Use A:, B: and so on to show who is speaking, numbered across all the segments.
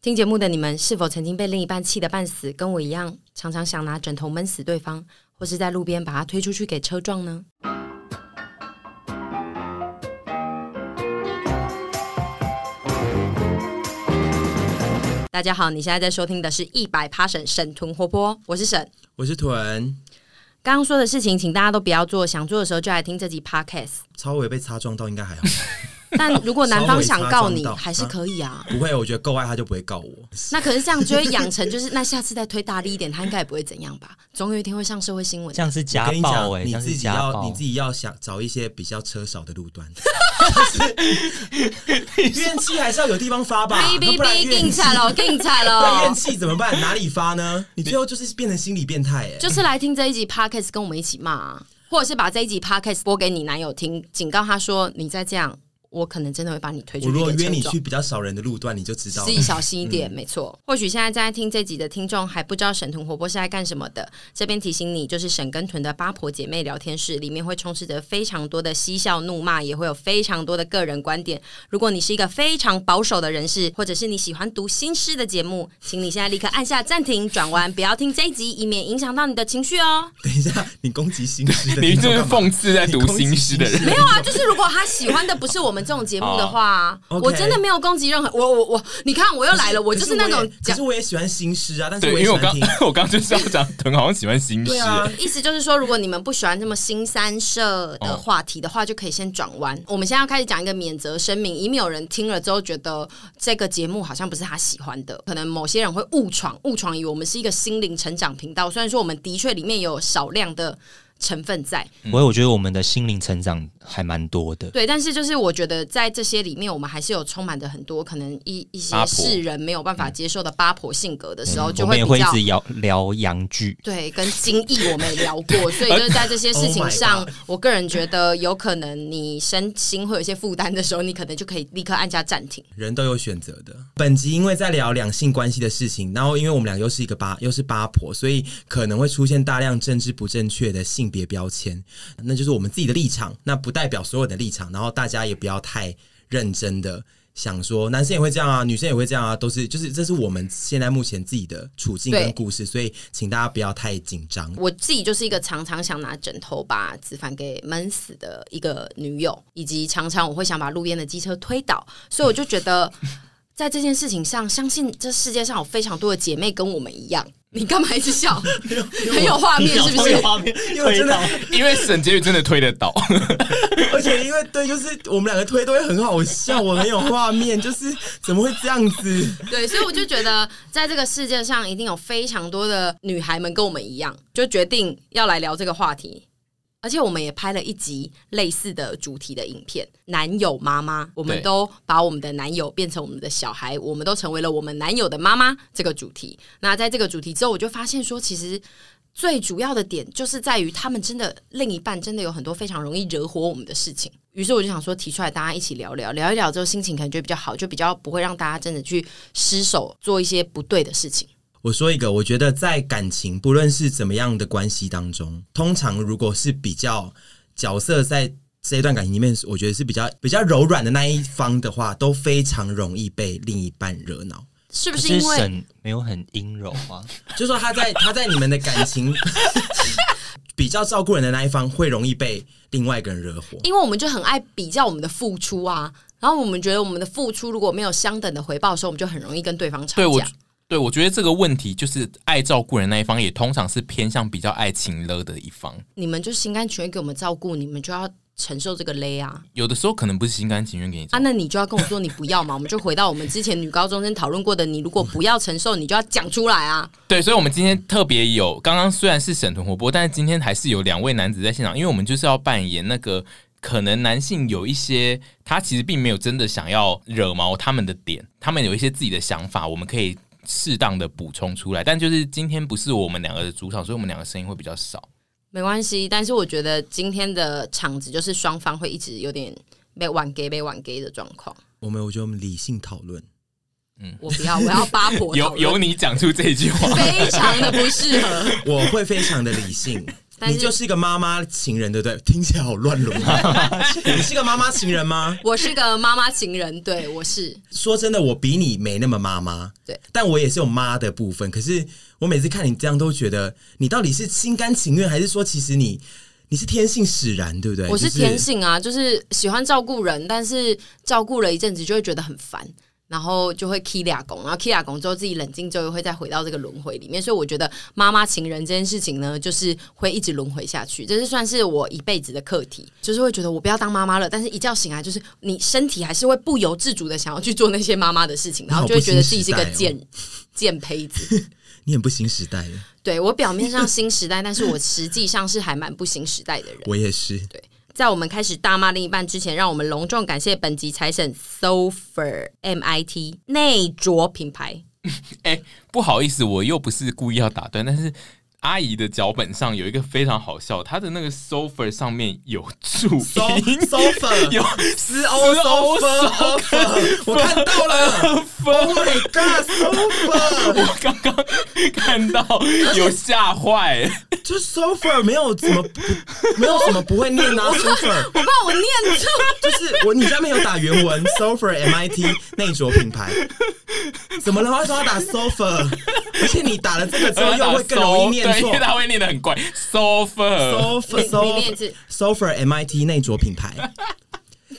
A: 听节目的你们，是否曾经被另一半气得半死，跟我一样，常常想拿枕头闷死对方，或是在路边把他推出去给车撞呢？大家好，你现在在收听的是一百趴沈沈屯活泼，我是沈。
B: 我是屯，
A: 刚刚说的事情，请大家都不要做，想做的时候就来听这集 podcast。
B: 超伟被擦撞到应该还好，
A: 但如果男方想告你，
B: 稍微擦撞到
A: 还是可以啊。
B: 不会，我觉得够爱他就不会告我。
A: 那可是这样就会养成，就是那下次再推大力一点，他应该也不会怎样吧？总有一天会上社会新闻
C: 这。样是
B: 我
C: 家
B: 跟你
C: 暴哎、
B: 讲，
C: 这
B: 你
C: 样是
B: 自己
C: 家
B: 要
C: 暴。
B: 你自己要想找一些比较车少的路段，就是怨气还是要有地方发吧，
A: 哔哔
B: 不然
A: 哔，
B: 怨
A: 更
B: 气，
A: 惨 了，更惨
B: 不然怨
A: 了！
B: 气怎么办？哪里发呢？你最后就是变成心理变态哎、
A: 就是来听这一集 podcast，跟我们一起骂啊，或者是把这一集 podcast 播给你男友听，警告他说：“你再这样，我可能真的会把你推出
B: 我
A: 去。”
B: 如果约你去比较少人的路段，你就知道
A: 自己小心一点，
B: 嗯
A: 没错。或许现在正在听这集的听众还不知道沈屯活泼是在干什么的，这边提醒你，就是沈跟屯的八婆姐妹聊天室，里面会充斥着非常多的嬉笑怒骂，也会有非常多的个人观点。如果你是一个非常保守的人士，或者是你喜欢读新诗的节目，请你现在立刻按下暂停，转弯， 不要听这一集，以免影响到你的情绪哦。
B: 等一下，你攻击新诗的
D: 你
B: 听
D: 就
B: 众
D: 是
B: 干嘛，
D: 讽刺在读心诗的人，
A: 没有啊，就是如果他喜欢的不是我们这种节目的话，
B: 哦，OK
A: 我真的没有攻击任何我我我，你看我又来了，我就是 那种
B: 可是我也可
A: 讲
B: 是我也喜欢新诗啊，但是
D: 对，
B: 我
D: 因
B: 也喜
D: 为我
B: 欢
D: 刚
B: 听。
D: 我刚就是要讲，很好像喜欢心诗
B: 对，啊，
A: 意思就是说，如果你们不喜欢这么新三社的话题的话，就可以先转弯。我们现在要开始讲一个免责声明，以免有人听了之后觉得这个节目好像不是他喜欢的。可能某些人会误闯，误闯以为我们是一个心灵成长频道，虽然说我们的确里面有少量的。成分在
C: 我我觉得我们的心灵成长还蛮多的。
A: 对，但是就是我觉得在这些里面，我们还是有充满的很多可能一一些
D: 八婆
A: 世人没有办法接受的八婆性格的时候，就
C: 嗯我们也
A: 比
C: 会一
A: 较
C: 直聊聊洋剧，
A: 对，跟精益我们也聊 过，所以就是在这些事情上
B: Oh my
A: 我个人觉得有可能你身心会有一些负担的时候，你可能就可以立刻按下暂停。
B: 人都有选择的。本集因为在聊两性关系的事情，然后因为我们俩又是一个八又是八婆，所以可能会出现大量政治不正确的性别标签，那就是我们自己的立场，那不代表所有的立场。然后大家也不要太认真的想说，男生也会这样啊，女生也会这样啊，都是就是这是我们现在目前自己的处境
A: 对
B: 跟故事，所以请大家不要太紧张。
A: 我自己就是一个常常想拿枕头把子凡给闷死的一个女友，以及常常我会想把路边的机车推倒，所以我就觉得在这件事情上，相信这世界上有非常多的姐妹跟我们一样。你干嘛一直笑？ 很有画面是不是？
C: 面
B: 因为我真的，
D: 因为沈婕妤真的推得倒，
B: 而且因为对，就是我们两个推都会很好笑，我很有画面，就是怎么会这样子？
A: 对，所以我就觉得，在这个世界上，一定有非常多的女孩们跟我们一样，就决定要来聊这个话题。而且我们也拍了一集类似的主题的影片《男友妈妈》，我们
D: 对
A: 都把我们的男友变成我们的小孩，我们都成为了我们男友的妈妈这个主题。那在这个主题之后，我就发现说，其实最主要的点就是在于他们真的另一半真的有很多非常容易惹火我们的事情。于是我就想说，提出来大家一起聊聊，聊一聊之后心情可能就会比较好，就比较不会让大家真的去失手做一些不对的事情。
B: 我说一个，我觉得在感情不论是怎么样的关系当中，通常如果是比较角色在这一段感情里面，我觉得是比较比较柔软的那一方的话，都非常容易被另一半惹恼。
A: 是不
C: 可
A: 是
C: 是
A: 因为
C: 沈没有很阴柔啊，
B: 就说他在他在你们的感情比较照顾人的那一方，会容易被另外一个人惹火。
A: 因为我们就很爱比较我们的付出啊，然后我们觉得我们的付出如果没有相等的回报的时候，我们就很容易跟对方吵
D: 对我
A: 架。。
D: 对，我觉得这个问题就是爱照顾人那一方，也通常是偏向比较爱情勒的一方。
A: 你们就心甘情愿给我们照顾，你们就要承受这个勒啊
D: 有的时候可能不是心甘情愿给你
A: 啊！
D: 照顾，
A: 那你就要跟我说你不要嘛，我们就回到我们之前女高中生讨论过的，你如果不要承受，你就要讲出来啊！
D: 对，所以，我们今天特别有，刚刚虽然是沈屯活泼，但是今天还是有两位男子在现场，因为我们就是要扮演那个可能男性有一些他其实并没有真的想要惹毛他们的点，他们有一些自己的想法，我们可以适当的补充出来。但就是今天不是我们两个的主场，所以我们两个声音会比较少。
A: 没关系，但是我觉得今天的场子就是双方会一直有点被玩 gay 被玩 gay 的状况。
B: 我们我觉得我们理性讨论，
A: 我不要，我要 八婆讨
D: 嗯有
A: 论，
D: 有你讲出这句话
A: 非常的不适合。
B: 我会非常的理性。
A: 但
B: 你就是是一个妈妈情人，对不对？听起来好乱伦啊。你是个妈妈情人吗？
A: 我是个妈妈情人，对我是
B: 说真的，我比你没那么妈妈，
A: 对，
B: 但我也是有妈的部分。可是我每次看你这样，都觉得你到底是心甘情愿，还是说其实你你是天性使然，对不对？
A: 我是
B: 哎就
A: 天性啊，就是喜欢照顾人，但是照顾了一阵子就会觉得很烦。然后就会 k 俩拱，然后 k 俩拱之后自己冷静之后又会再回到这个轮回里面，所以我觉得妈妈情人这件事情呢，就是会一直轮回下去，这是算是我一辈子的课题，就是会觉得我不要当妈妈了，但是一觉醒来就是你身体还是会不由自主的想要去做那些妈妈的事情，然后就会觉得自己是个贱、贱胚子。
B: 你很不新时代耶，
A: 对我表面上新时代，但是我实际上是还蛮不新时代的人。
B: 我也是。
A: 在我们开始大骂另一半之前，让我们隆重感谢本集财神 Sofer MIT 内着品牌。
D: 哎、不好意思，我又不是故意要打断，但是阿姨的脚本上有一个非常好笑，她的那个 sofa 上面有 注音
B: So- sofa
D: 有哦
B: C O
D: O
B: sofa，我看到了 ，Oh my god sofa，
D: 我哦刚刚看到有吓坏，
B: 就 sofa 没有怎么不没有什么不会念 啊 sofa，
A: 我怕我念错，
B: 就是我你下面有打原文 sofa MIT 内着品牌，怎么了？他说要打 sofa，而且你打了这个之后又会更容易念
D: 对，因
B: 错
D: 为。她会念的很怪 sofa。
B: sofa
A: 你你念一次
B: sofa sofa MIT 内着品牌。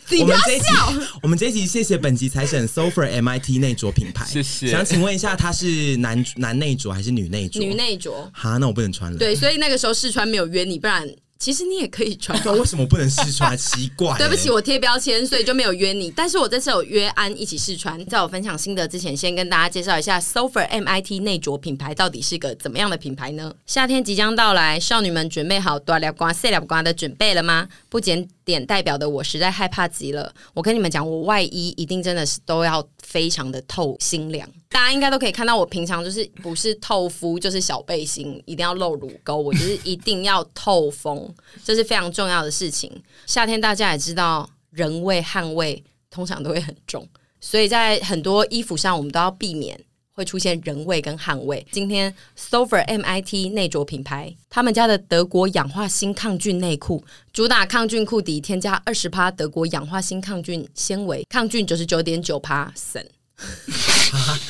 A: 你不
B: 我们
A: 要
B: 这一集
A: 笑。，
B: 我们这一集谢谢本集财神 Sofa MIT 内着品牌，
D: 谢谢
B: 想请问一下，他是男男内着还是女内着？
A: 女。内着，
B: 哈，那我不能穿了。，
A: 对，所以那个时候试穿没有约你，不然其实你也可以穿。
B: 那为什么不能试穿？奇怪欸、
A: 对不起，我贴标签，所以就没有约你。但是我这次有约安一起试穿。在我分享心得之前，先跟大家介绍一下 Sofer MIT 内着品牌到底是个怎么样的品牌呢？夏天即将到来，少女们准备好短了瓜、碎了瓜的准备了吗？不检点代表的我实在害怕极了。我跟你们讲，我外衣一定真的是都要非常的透心凉。大家应该都可以看到，我平常就是不是透肤就是小背心，一定要露乳沟，我就是一定要透风，这是非常重要的事情。夏天大家也知道，人味、汗味通常都会很重，所以在很多衣服上，我们都要避免会出现人味跟汗味。今天 Sofer MIT 内着品牌，他们家的德国氧化锌抗菌内裤，主打抗菌裤底添加二十帕德国氧化锌抗菌纤维，抗菌九十九点九帕森。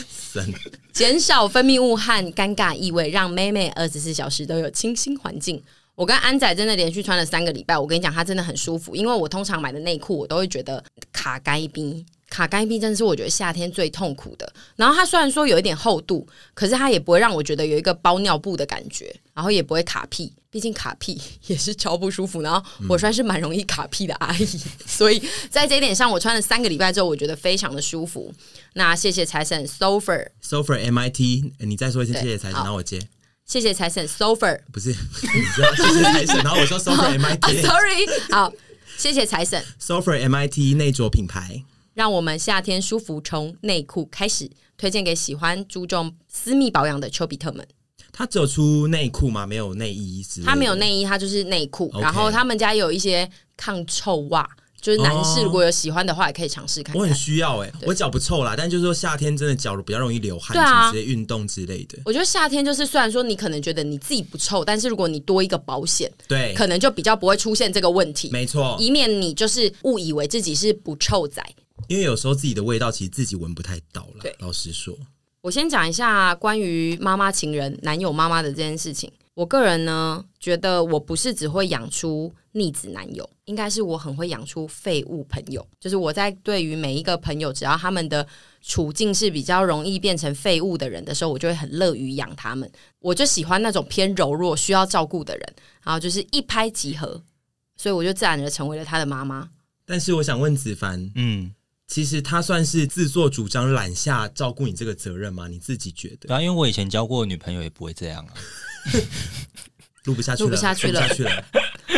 B: 神
A: 减少分泌物和尴尬异味，让妹妹二十四小时都有清新环境。我跟安仔真的连续穿了三个礼拜，我跟你讲，它真的很舒服。因为我通常买的内裤，我都会觉得卡该逼，卡该逼真的是我觉得夏天最痛苦的。然后它虽然说有一点厚度，可是它也不会让我觉得有一个包尿布的感觉，然后也不会卡屁。毕竟卡屁也是超不舒服，然后我算是蛮容易卡屁的阿姨，所以在这一点上，我穿了三个礼拜之后，我觉得非常的舒服。那谢谢财神 Sofer
B: Sofa MIT，呃你再说一次，
A: 对
B: 谢谢财神，
A: 好
B: 然后我接，
A: 谢谢财神 Sofer
B: 不是， 你知道谢谢财神，然后 我说 Sofa
A: 啊
B: MIT，Sofa
A: ，sorry，好，谢谢财神，
B: MIT 内着品牌，
A: 让我们夏天舒服从内裤开始，推荐给喜欢注重私密保养的丘比特们。
B: 它只有出内裤吗？没有内衣之类的，
A: 它没有内衣，它就是内裤，
B: OK
A: 然后他们家有一些抗臭袜，就是男士
B: 哦
A: 如果有喜欢的话，也可以尝试看
B: 我很
A: 看。
B: 需要哎、我脚不臭啦，但就是说夏天真的脚比较容易流汗，
A: 对啊
B: 什么之类运动之类的，
A: 我觉得夏天就是，虽然说你可能觉得你自己不臭，但是如果你多一个保险，
B: 对，
A: 可能就比较不会出现这个问题，
B: 没错，
A: 以免你就是误以为自己是不臭仔。
B: 因为有时候自己的味道其实自己闻不太到啦
A: 对。
B: 老实说，
A: 我先讲一下关于妈妈情人、男友妈妈的这件事情。我个人呢，觉得我不是只会养出逆子男友，应该是我很会养出废物朋友。就是我在对于每一个朋友，只要他们的处境是比较容易变成废物的人的时候，我就会很乐于养他们。我就喜欢那种偏柔弱、需要照顾的人，然后就是一拍即合，所以我就自然而成为了他的妈妈。
B: 但是我想问子凡，
C: 嗯，
B: 其实他算是自作主张揽下照顾你这个责任吗？你自己觉得
C: 对啊，因为我以前交过的女朋友也不会这样啊。
B: 录不下去
A: 录
B: 了，
A: 不下去了
B: 录不下 去了。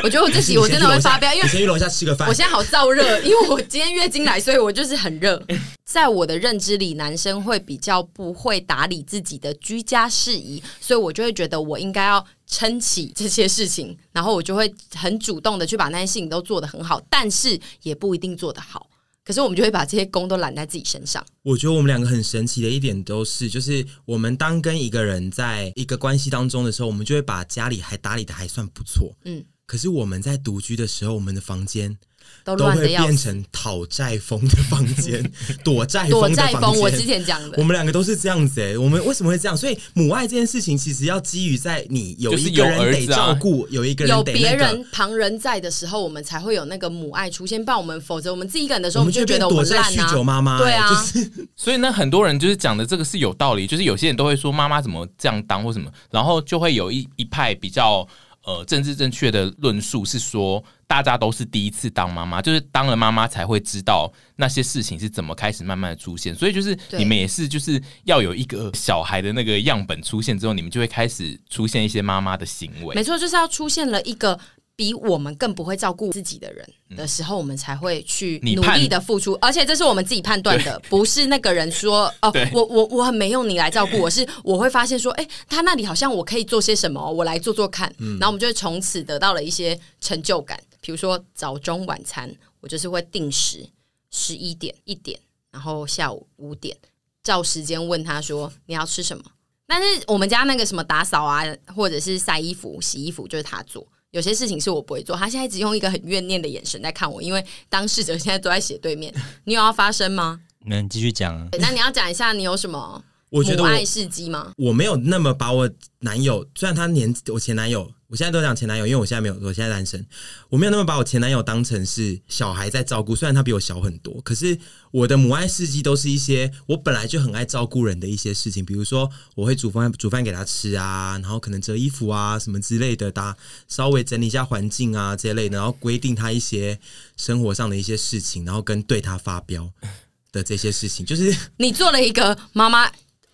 A: 我觉得我自己我真的会发飙，因为
B: 你先去楼下吃个饭
A: 我。现在好燥热， 因为我今天月经来，所以我就是很热。在我的认知里，男生会比较不会打理自己的居家事宜，所以我就会觉得我应该要撑起这些事情，然后我就会很主动的去把那些事情都做得很好，但是也不一定做得好。可是我们就会把这些功都揽在自己身上。
B: 我觉得我们两个很神奇的一点都是，就是我们当跟一个人在一个关系当中的时候，我们就会把家里还打理的还算不错。
A: 嗯，
B: 可是我们在独居的时候，我们的房间
A: 都
B: 都
A: 乱
B: 会
A: 的要
B: 变
A: 死，
B: 成讨债风的房 间、躲债
A: 躲
B: 风的
A: 债
B: 房
A: 风，我之
B: 间。
A: 前讲
B: 我
A: 的。
B: 们两个都是这样子诶、欸我们为什么会这样？所以母爱这件事情，其实要基于在你有
D: 就是
B: 一个
D: 有
B: 人
D: 儿
B: 得
D: 子啊
B: 照顾，有一个人
A: 有
B: 得
A: 别
B: 那个
A: 人、旁人在的时候，我们才会有那个母爱出现。不然我们，否则我们自己一个人的时候，
B: 我
A: 们
B: 们
A: 就
B: 就
A: 觉
B: 变
A: 得我
B: 躲
A: 们
B: 债
A: 烂
B: 酗
A: 啊
B: 酒。妈妈、欸，
A: 对啊
B: 就是
D: 所以呢，很多人就是讲的这个是有道理，就是有些人都会说妈妈怎么这样当或什么，然后就会有一一派比较呃政治正确的论述是说，大家都是第一次当妈妈，就是当了妈妈才会知道那些事情是怎么开始慢慢的出现，所以就是
A: 对
D: 你们也是就是要有一个小孩的那个样本出现之后，你们就会开始出现一些妈妈的行为
A: 没。错，就是要出现了一个比我们更不会照顾自己的人的时候，我们才会去
D: 嗯你
A: 努
D: 判
A: 力的付出，而且这是我们自己判断的，不是那个人说哦
D: 对，
A: 我我我很没用，你来照 顾我，是我会发现说，哎、他那里好像我可以做些什么，我来做做看，
D: 嗯
A: 然后我们就会从此得到了一些成就感，比如说早中晚餐，我就是会定时十一点一点，然后下午五点。照时间问他说你要吃什么。但是我们家那个什么打扫啊，或者是晒衣服、洗衣服，就是他做。有些事情是我不会做，他现在只用一个很怨念的眼神在看我，因为当事者现在都在斜对面。 你有要发声 吗？
C: 你们继续讲啊。
A: 对那你要讲一下你有什么
B: 我觉得
A: 母
B: 我
A: 爱事迹吗？
B: 我没有那么把我男友，虽然他年我前男友，我现在都讲前男友，因为我现在没有，我现在单身，我没有那么把我前男友当成是小孩在照顾，虽然他比我小很多，可是我的母爱事迹都是一些我本来就很爱照顾人的一些事情，比如说我会煮饭煮饭给他吃啊，然后可能折衣服啊什么之类的，搭稍微整理一下环境啊这类的，然后规定他一些生活上的一些事情，然后跟对他发飙的这些事情，就是。
A: 你做了一个妈妈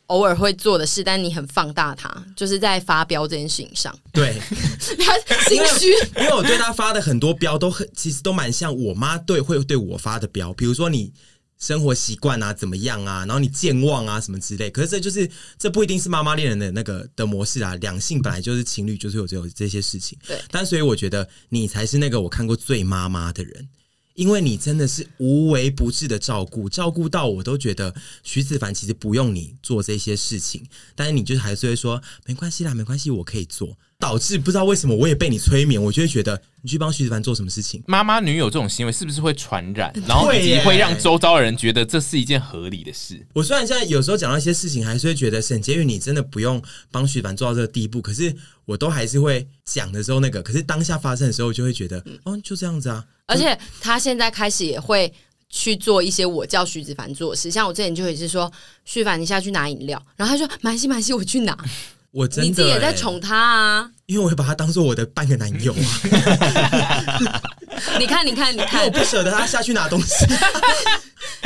A: 偶尔会做的事，但你很放大它，就是在发飙这件事情 上，
B: 对，
A: 他心虚。
B: 因为我对他发的很多标都很，其实都蛮像我妈对会对我发的标，比如说你生活习惯啊怎么样啊，然后你健忘啊什么之类。可是这就是这不一定是妈妈恋人的那个的模式啊，两性本来就是情侣，就是有这有这些事情。
A: 对
B: 但所以我觉得你才是那个我看过最妈妈的人。因为你真的是无微不至的照顾，照顾到我都觉得徐子凡其实不用你做这些事情，但是你就是还是会说没关系啦，没关系，我可以做，导致不知道为什么我也被你催眠，我就会觉得你去帮徐子凡做什么事情，
D: 妈妈女友这种行为是不是会传染，然后以
B: 对
D: 及
B: 耶
D: 会让周遭的人觉得这是一件合理的事？
B: 我虽然现在有时候讲到一些事情，还是会觉得沈婕妤你真的不用帮徐凡做到这个地步，可是我都还是会讲的时候那个，可是当下发生的时候，我就会觉得，哦，就这样子啊，
A: 而且他现在开始也会去做一些我叫徐子凡做的事，像我之前就也是说，徐凡你下去拿饮料，然后他说马西马西我去拿，
B: 我真的、
A: 你自己也在
B: 欸
A: 宠他啊！
B: 因为我会把他当做我的半个男友 啊，
A: 你看你看你
B: 因为 我
A: 看，
B: 不舍得他下去拿东西，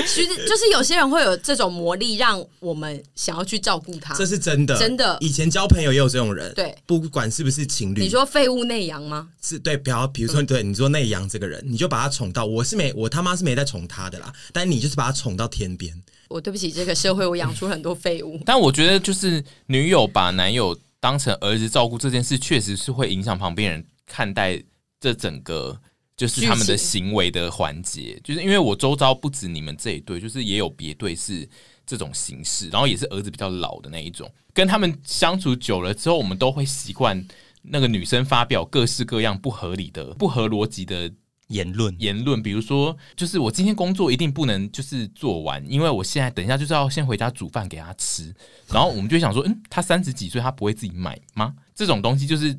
A: 徐子就是有些人会有这种魔力，让我们想要去照顾他。
B: 这是真的，
A: 啊真的
B: 以前交朋友也有这种人，
A: 对，
B: 不管是不是情侣，
A: 你说废物内阳吗？
B: 是对，比方比如说，
D: 嗯
B: 对你说内阳这个人，你就把他宠到，我是没，我他妈是没在宠他的啦，但你就是把他宠到天边，
A: 我对不起这个社会，我养出很多废 物。
D: 但我觉得，就是女友把男友当成儿子照顾这件事，确实是会影响旁边人看待这整个就是他们的
A: 剧
D: 行为的环节。就是因为我周遭不止你们这一对，就是也有别对是这种形式，然后也是儿子比较老的那一种。跟他们相处久了之后，我们都会习惯那个女生发表各式各样不合理的、不合逻辑的
C: 言论
D: 言论，比如说，就是我今天工作一定不能就是做完，因为我现在等一下就是要先回家煮饭给他吃。然后我们就想说，嗯，他三十几岁，他不会自己买吗？这种东西就是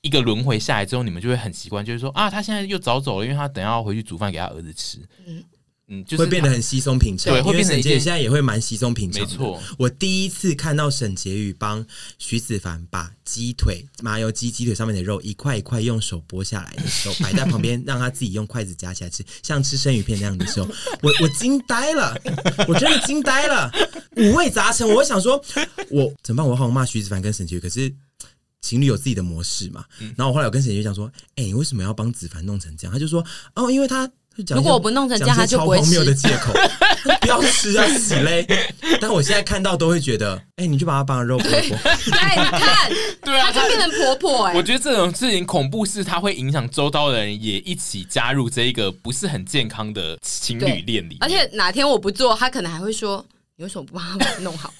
D: 一个轮回下来之后，你们就会很习惯，就是说啊，他现在又早走了，因为他等一下要回去煮饭给他儿子吃。嗯嗯，就是
B: 会变得很稀松平常。
D: 对
B: 因
D: 会
B: 为
D: 变成
B: 沈
D: 一
B: 婕妤
D: 件
B: 现在也会蛮稀松平常的。
D: 没错，
B: 我第一次看到沈婕妤帮徐子凡把鸡腿麻油鸡鸡腿上面的肉一块一块用手剥下来的时候，摆在旁边让他自己用筷子夹起来吃，像吃生鱼片那样的时候，我我惊呆了，我真的惊呆了，五味杂陈。我想说，我怎么办？我好像骂徐子凡跟沈婕妤，可是。情侣有自己的
A: 嗯
B: 模式嘛，然后我后来有跟沈婕妤讲说，哎、你为什么要帮子凡弄成这样？他就说，哦，因为他就讲一些
A: 如果我不弄成这样
B: 讲一些
A: 他就不会
B: 超荒谬
A: 吃
B: 的借口， 不要吃啊，洗嘞！但我现在看到都会觉得，哎、你就把它当肉剥 一剥。
A: 哎，你看，
D: 对
A: 她
D: 啊，
A: 就变成婆婆哎、
D: 我觉得这种事情恐怖是它会影响周遭的人也一起加入这一个不是很健康的情侣恋里面，
A: 而且哪天我不做，她可能还会说你为什么不帮她弄 好？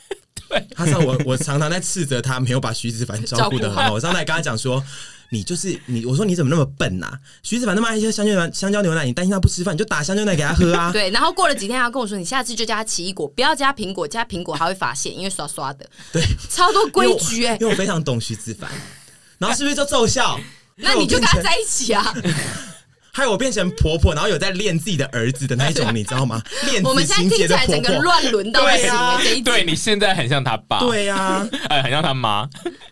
B: 他上我我常常在斥责他没有把徐子凡照顾的很好。我上来跟他讲说，你就是你，我说你怎么那么笨啊？徐子凡那么爱喝香蕉牛奶，香蕉牛奶，你担心他不吃饭，你就打香蕉牛奶给他喝啊。
A: 对，然后过了几天，她跟我说你下次就加奇异果，不要加苹果，加苹果还会发现，因为刷刷的，
B: 对，
A: 超多规矩哎、
B: 因为我因为我非常懂徐子凡，然后是不是就奏效？
A: 那你就跟
B: 害
A: 她
B: 我变成
A: 在一起啊！
B: 害我变成婆婆，然后有在练自己的儿子的那一种，你知道吗？练
A: 啊 我们
B: 子
A: 现在听
B: 情节
A: 起
B: 的
A: 来
B: 婆
A: 整个
B: 婆。
A: 乱伦到不行、
B: 对啊
A: 欸，这一集
D: 对你现在很像他爸，
B: 对呀、啊，
D: 哎，很像他妈，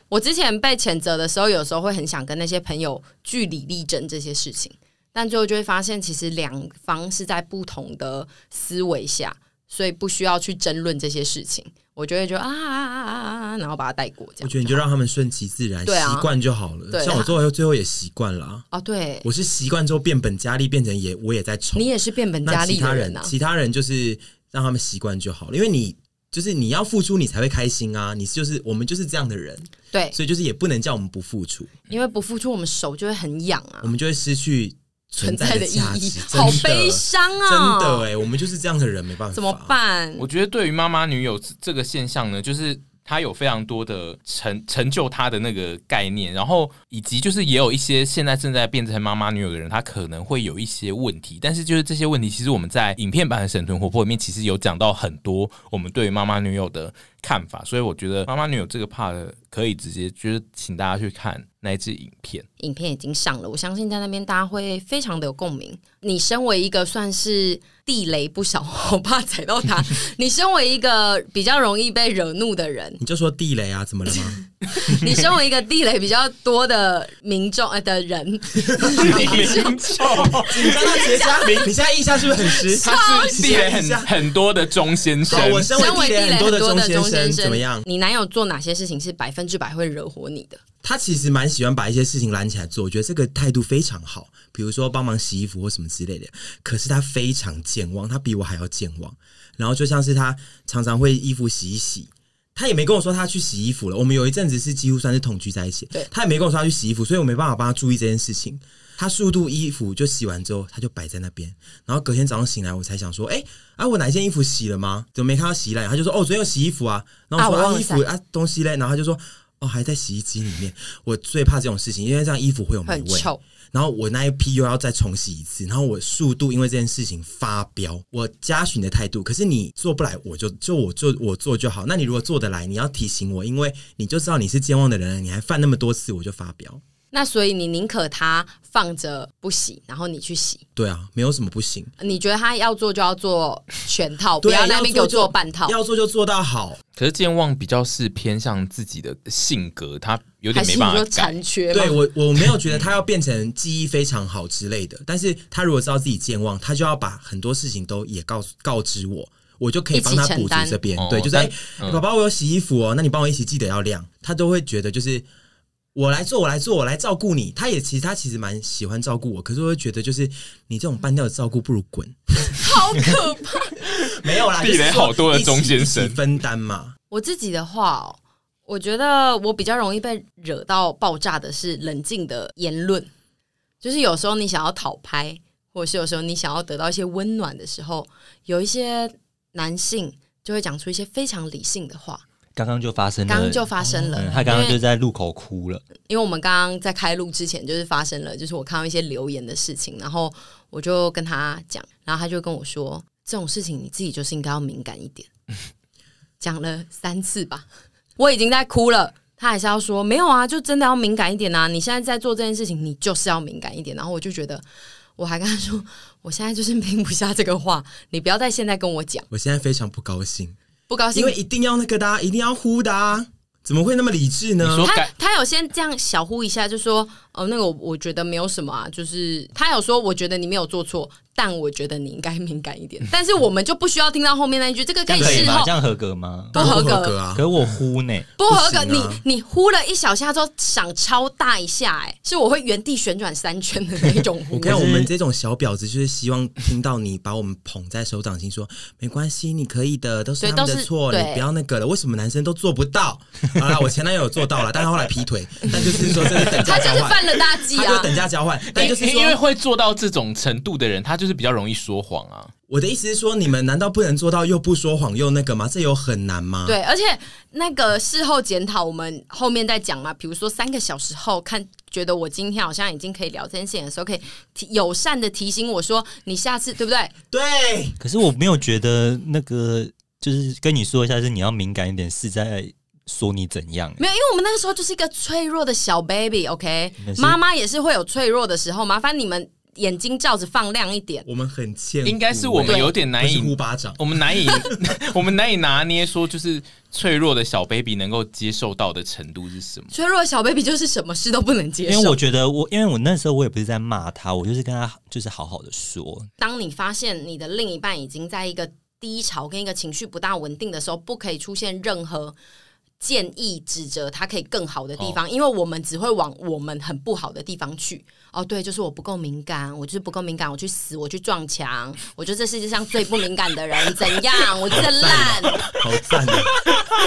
A: 我之前被谴责的时候，有时候会很想跟那些朋友据理力争这些事情，但最后就会发现，其实两方是在不同的思维下，所以不需要去争论这些事情。我就会觉得啊啊啊啊啊啊，然后把它带过这
B: 我
A: 样。
B: 觉得你就让他们顺其自然，
A: 对啊
B: 习惯就好了。
A: 对啊
B: 像我最后最后也习惯了啊、
A: 哦，对，
B: 我是习惯之后变本加厉，变成也我也在宠
A: 你。也是变本加
B: 那
A: 厉
B: 其
A: 的
B: 他
A: 人啊。
B: 其他人就是让他们习惯就好了，因为你就是你要付出，你才会开心啊！你就是我们就是这样的人，
A: 对，
B: 所以就是也不能叫我们不付出，
A: 因为不付出，我们手就会很痒啊
B: 我，们就会失去
A: 存
B: 在
A: 的意
B: 价
A: 义
B: 值，，
A: 好
B: 真的
A: 悲伤
B: 真
A: 啊！
B: 的哎、我们就是这样的人，没办法，
A: 怎么？办？
D: 我觉得对于妈妈女友这这个现象呢，就是她有非常多的成成就她的那个概念，然后以及就是也有一些现在正在变成妈妈女友的人，她可能会有一些问题，但是就是这些问题，其实我们在影片版的《沈屯活泼》里面其实有讲到很多我们对于妈妈女友的看法，所以我觉得妈妈女友这个 part 可以直接就是请大家去看那一支影片。
A: 影片已经上了，我相信在那边大家会非常的有共鸣。你身为一个算是地雷不少，我怕踩到 他。你身为一个比较容易被惹怒的 人，
B: 你就说地雷啊，怎么了吗？
A: 你身为一个地雷比较多的民众呃的人，民
D: 臭，
B: 你刚刚结痂，你现在腋下是不是很湿？
D: 他是地雷
B: 你
D: 很
B: 现在腋下
D: 很多的钟先生
B: 好，。我身
A: 身为
B: 为地
A: 地
B: 雷
A: 雷
B: 很多
A: 很
B: 的
A: 多
B: 钟
A: 的
B: 先
A: 钟
B: 生
A: 生
B: 怎么样？
A: 你男友做哪些事情是百分之百会惹火你的？
B: 他其实蛮喜欢把一些事情揽起来做，我觉得这个态度非常好。比如说帮忙洗衣服或什么之类的，可是他非常健忘，他比我还要健忘。然后就像是他常常会衣服洗一洗，他也没跟我说他去洗衣服了。我们有一阵子是几乎算是同居在一起
A: 对，
B: 他也没跟我说他去洗衣服，所以我没办法帮他注意这件事情。他速度衣服就洗完之后，他就摆在那边，然后隔天早上醒来，我才想说，哎、啊，我哪一件衣服洗了吗？怎么没看到洗衣篮？他就说，哦，昨天有洗衣服啊。然后我
A: 啊我
B: 说，
A: 忘
B: 啊，
A: 了
B: 衣服啊，东西嘞。然后他就说，哦，还在洗衣机里面。我最怕这种事情，因为这样衣服会有霉
A: 很
B: 味。
A: 臭。
B: 然后我那一批又要再重洗一次，然后我速度因为这件事情发飙，我嘉许你的态度，可是你做不来，我就就我做我做就好。那你如果做得来，你要提醒我，因为你就知道你是健忘的人了，你还犯那么多次，我就发飙。
A: 那所以你宁可他放着不洗，然后你去洗。
B: 对啊，没有什么不行，
A: 你觉得他要做就要做全套，不
B: 对啊
A: 要那边给我
B: 要做就
A: 做半套。
B: 要做就做到好。
D: 可是健忘比较是偏向自己的性格，他有
A: 还
D: 点没
A: 是你
D: 办法
A: 说
D: 改。
A: 残缺吗？
B: 对我我没有觉得他要变成记忆非常好之类的，但是他如果知道自己健忘，他就要把很多事情都也告诉告知我。我就可以帮他
A: 一起
B: 补
A: 承
B: 足
A: 担
B: 这边
D: 哦，
B: 对，就是
D: 但
B: 哎，宝宝，我有洗衣服哦，那你帮我一起记得要晾。他都会觉得就是我来做，我来做，我来照顾你。他也其实他其实蛮喜欢照顾我，可是我会觉得就是你这种半吊子照顾不如滚，
A: 好可怕！
B: 没 有啦，
D: 地雷
B: 就是说
D: 好多的
B: 一起
D: 钟先生
B: 一起分担嘛，
A: 我自己的话、哦，我觉得我比较容易被惹到爆炸的是冷静的言论，就是有时候你想要讨拍，或者是有时候你想要得到一些温暖的时候，有一些男性就会讲出一些非常理性的话。
C: 刚刚就发生了，
A: 刚刚就发生了，
C: 嗯，他刚刚
A: 因为
C: 就在路口哭了，
A: 因为我们刚刚在开录之前，就是发生了，就是我看到一些留言的事情，然后我就跟他讲，然后他就跟我说，这种事情你自己就是应该要敏感一点。 讲了三次吧，我已经在哭了，他还是要说没有啊，就真的要敏感一点啊！你现在在做这件事情，你就是要敏感一点。然后我就觉得，我还跟他说，我现在就是拼不下这个话，你不要在现在跟我讲，
B: 我现在非常不高兴，
A: 不高兴
B: 因为一定要那个的、啊，一定要呼的、啊，怎么会那么理智呢？
D: 你说
A: 他
D: 改
A: 他有先这样小呼一下，就说哦，那个我我觉得没有什么啊，就是他有说我觉得你没有做错，但我觉得你应该敏感一点，但是我们就不需要听到后面那一句，这个可
C: 这
A: 以
C: 样可以
A: 事
C: 吗？
A: 后
C: 这样合格吗？
A: 不合格
B: 合格啊
C: 可！是我呼呢，
A: 不合格，
B: 不行啊
A: 你你呼了一小下之后，想超大一下、哎，是我会原地旋转三圈的那种呼
B: 我。看我们这种小婊子，就是希望听到你把我们捧在手掌心，说没关系，你可以的，都是
A: 对
B: 他们
A: 都
B: 的
A: 是
B: 错，你
A: 对
B: 不要那个了。为什么男生都做不到？ 好啦，我前男友有做到了，但他后来劈 腿，但就是说这是等
A: 他
B: 价
A: 就
B: 交
A: 是
B: 换，
A: 犯了大忌
B: 他就
A: 啊！
B: 等价交换。但就是
D: 因因为
B: 说，
D: 会做到这种程度的人，他就是比较容易说谎啊。
B: 我的意思是说，你们难道不能做到又不说谎又那个吗？这有很难
C: 嗯
B: 吗？，
A: 对，而且那个事后检讨，我们后面再讲嘛。比如说三个小时后看，觉得我今天好像已经可以聊这件事情的时候，可以提友善的提醒我说，你下次对不对？
B: 对，
C: 可是我没有觉得那个，就是跟你说一下，是你要敏感一点，是在说你怎样、欸
A: 没有，因为我们那个时候就是一个脆弱的小 baby，OK，、
C: 也是
A: 妈妈也是会有脆弱的时候，麻烦你们眼睛罩子放亮一点。
B: 我们很欠呼欸，
D: 应该是我们有点难
B: 不是呼
D: 以，
B: 巴掌。
D: 我们难以，我们难以拿捏说就是脆弱的小 baby 能够接受到的程度是什么。
A: 脆弱的小 baby 就是什么事都不能接
C: 因为
A: 受
C: 我。觉得我，因为我那时候我也不是在骂他，我就是跟他就是好好的说，
A: 当你发现你的另一半已经在一个低潮跟一个情绪不大稳定的时候，不可以出现任何建议指责他可以更好的地方，因为我们只会往我们很不好的地方去。哦，对，就是我不够敏感，我就是不够敏感，我去死，我去撞墙，我就这世界上最不敏感的人，怎样？我真的烂。
B: 好赞 哦！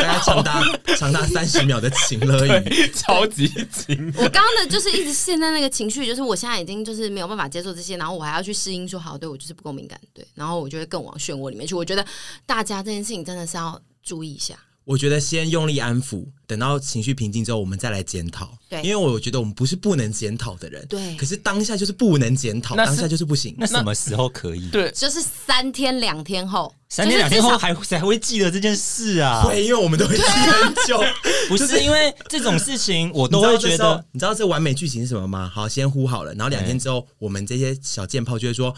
B: 大家长达长达三十秒的情乐语，
D: 超级紧，
A: 我刚刚的就是一直陷在那个情绪，就是我现在已经就是没有办法接受这些，然后我还要去适应说好，对我就是不够敏感，对，然后我就会更往漩涡里面去。我觉得大家这件事情真的是要注意一下，
B: 我觉得先用力安抚，等到情绪平静之后，我们再来检讨。
A: 对
B: 因为我觉得我们不是不能检讨的人，
A: 对
B: 可是当下就是不能检讨，
D: 那是
B: 当下就是不行。
C: 那什么时候可 以？
D: 对，
A: 就是三天两天后，
C: 三天两天
A: 就
C: 后
A: 是至少
C: 还谁还会记得这件事啊？
B: 会，因为我们都会记很 久。
C: 不是因为这种事情，我都会觉
B: 你知道这时
C: 得
B: 候，你知道这完美剧情是什么吗？好，先呼好了，然后两天之后，我们这些小贱炮就会说。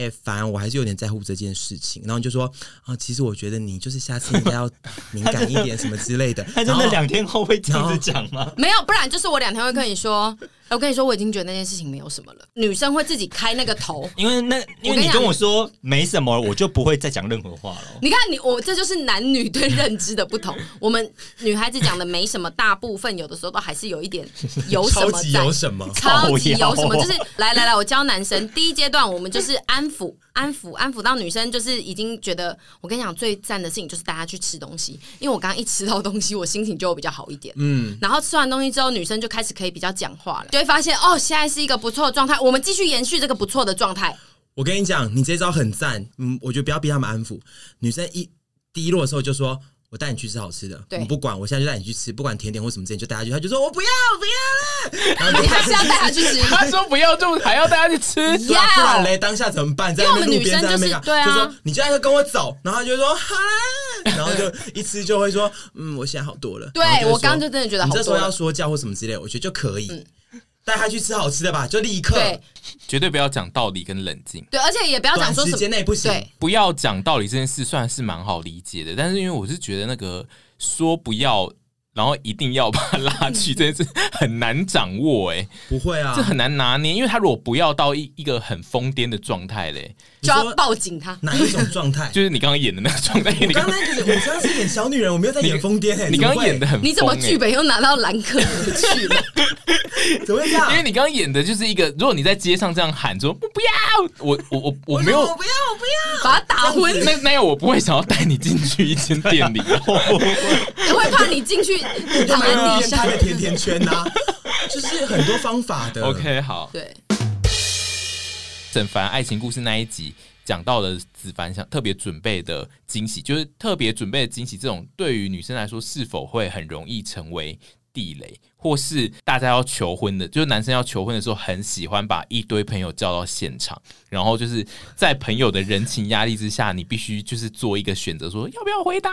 B: 哎、反正我还是有点在乎这件事情，然后你就说啊，其实我觉得你就是下次应该要敏 感一点什么之类的。
C: 他真的
B: 然后
C: 两天后会这样子讲吗？
A: 没有，不然就是我两天会跟你说，哎我跟你说我已经觉得那件事情没有什么了，女生会自己开那个头。
C: 因为那因为
A: 跟你
C: 你
A: 讲
C: 跟我说没什么，我就不会再讲任何话了。
A: 你看你我这就是男女对认知的不 同。我们女孩子讲的没什么，大部分有的时候都还是有一 点有什
B: 超
A: 么
B: 级
A: 在
B: 有什么？哦
A: 超级有什么？
C: 靠腰
A: 就是来来来，我教男生第一阶段，我们就是安抚、安抚、安抚到女生就是已经觉得，我跟你讲最赞的事情就是大家去吃东西，因为我刚刚一吃到东西，我心情就会比较好一点。嗯，然后吃完东西之后，女生就开始可以比较讲话了，就会发现哦，现在是一个不错的状态，我们继续延续这个不错的状 态。
B: 我跟你讲，你这招很赞，嗯，我觉得不要逼他们安抚。女生一低落的时候就说：“我带你去吃好吃的，
A: 对
B: 我不管，我现在就带你去吃，不管甜点或什么之类，你就带她去。”她就说：“我不要，我不
A: 你还是要带她去 吃。
D: 他说不要，就还要带他去吃。
B: 要，
A: 要
B: 啊不然嘞，当下怎么办？在
A: 因为
B: 那
A: 我们
B: 边路边
A: 女
B: 在
A: 生
B: 那
A: 就是
B: 边搞
A: 对啊
B: 就说你就要跟我走，然后她就说好啦，然后就一吃就会说：嗯，我现在好多了。
A: 对
B: 然后会
A: 我刚
B: 说
A: 刚就真的觉得
B: 你
A: 好
B: 这时
A: 多
B: 候
A: 了嗯
B: 要说教或什么之类，我觉得就可以带她去吃好吃的吧，就立刻
A: 对
D: 绝对不要讲道理跟冷静，
A: 对，而且也不要讲
B: 短
A: 说
B: 时
A: 什
B: 间
A: 么。
B: 内不行。
A: 对
D: 不要讲道理这件事算是蛮好理解的，但是因为我是觉得那个说不要，然后一定要把他拉去这件事很难掌握、欸，
B: 不会 啊
D: 这，很难拿捏，因为他如果不要到一一个很疯癫的状态嘞，
A: 就要
B: 你说
A: 抱紧她。
B: 哪一种状态？
D: 就是你刚刚演的那个状态，你
B: 我
D: 刚
B: 刚才就是，我刚才是演小女人，我没有在演疯癫、欸。
D: 你
B: 怎么
D: 刚
B: 会
D: 刚演的很疯、欸，
A: 你怎么剧本又拿到兰 克的去了？
B: 怎么会这样？
D: 因为你刚刚演的就是一个，如果你在街上这样喊说“我不要”，我我我我没
B: 说
D: 有
B: 我不要，我不 要。
A: 把他打昏，
D: 那那样，我不会想要带你进去一间 店里。
A: 我会怕你进去躺在
B: 买
A: 地
B: 变
A: 上
B: 态。的甜甜圈呐、就是很多方法的。
D: OK，好，
A: 对，
D: 沈凡爱情故事那一集讲到了子凡想特别准备的惊喜，就是特别准备的惊喜，这种对于女生来说是否会很容易成为地雷，或是大家要求婚的，就是男生要求婚的时候，很喜欢把一堆朋友叫到现场，然后就是在朋友的人情压力之下，你必须就是做一个选择，说要不要回答。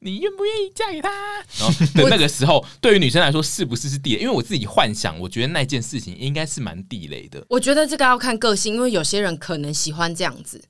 D: 你愿不愿意嫁给他？然后的那个时候，对于女生来说，是不是是地雷？因为我自己幻想，我觉得那件事情应该是蛮地雷的。
A: 我觉得这个要看个性，因为有些人可能喜欢这样子。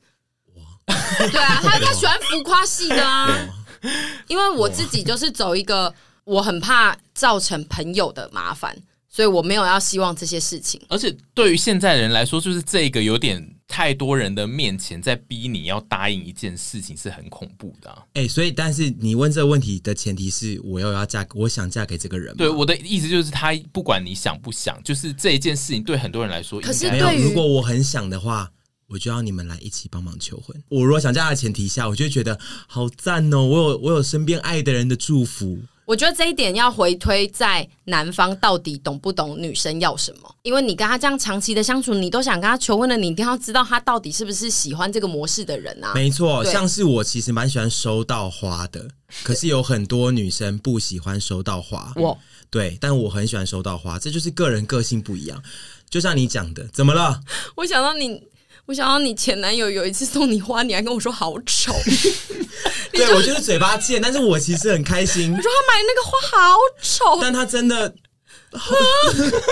A: 对啊，他应该喜欢浮夸系的啊。 因为我自己就是走一个我很怕造成朋友的麻烦，所以我没有要希望这些事情。
D: 而且对于现在人来说，就是这个有点太多人的面前在逼你要答应一件事情，是很恐怖的啊、
B: 哎、所以但是你问这个问题的前提是我又要嫁，我想嫁给这个人嘛。
D: 对，我的意思就是，他不管你想不想，就是这一件事情对很多人来说应该，
A: 可是
B: 没有
A: 对于，
B: 如果我很想的话。我就要你们来一起帮忙求婚。我如果想嫁他的前提下，我就会觉得好赞哦！我有我有身边爱的人的祝福，
A: 我觉得这一点要回推在男方到底懂不懂女生要什么，因为你跟他这样长期的相处，你都想跟他求婚了，你一定要知道他到底是不是喜欢这个模式的人啊。
B: 没错，
A: 对
B: 像是我其实蛮喜欢收到花 的，可是有很多女生不喜欢收到花。
A: 我
B: 对，但我很喜欢收到花，这就是个人个性不一样。就像你讲的，怎么了？
A: 我想到你，我想到你前男友有一次送你花，你还跟我说好 丑， 你
B: 对
A: 就
B: 我就是嘴巴贱，但是我其实很开心
A: 你。说他买那个花好丑，
B: 但他真的，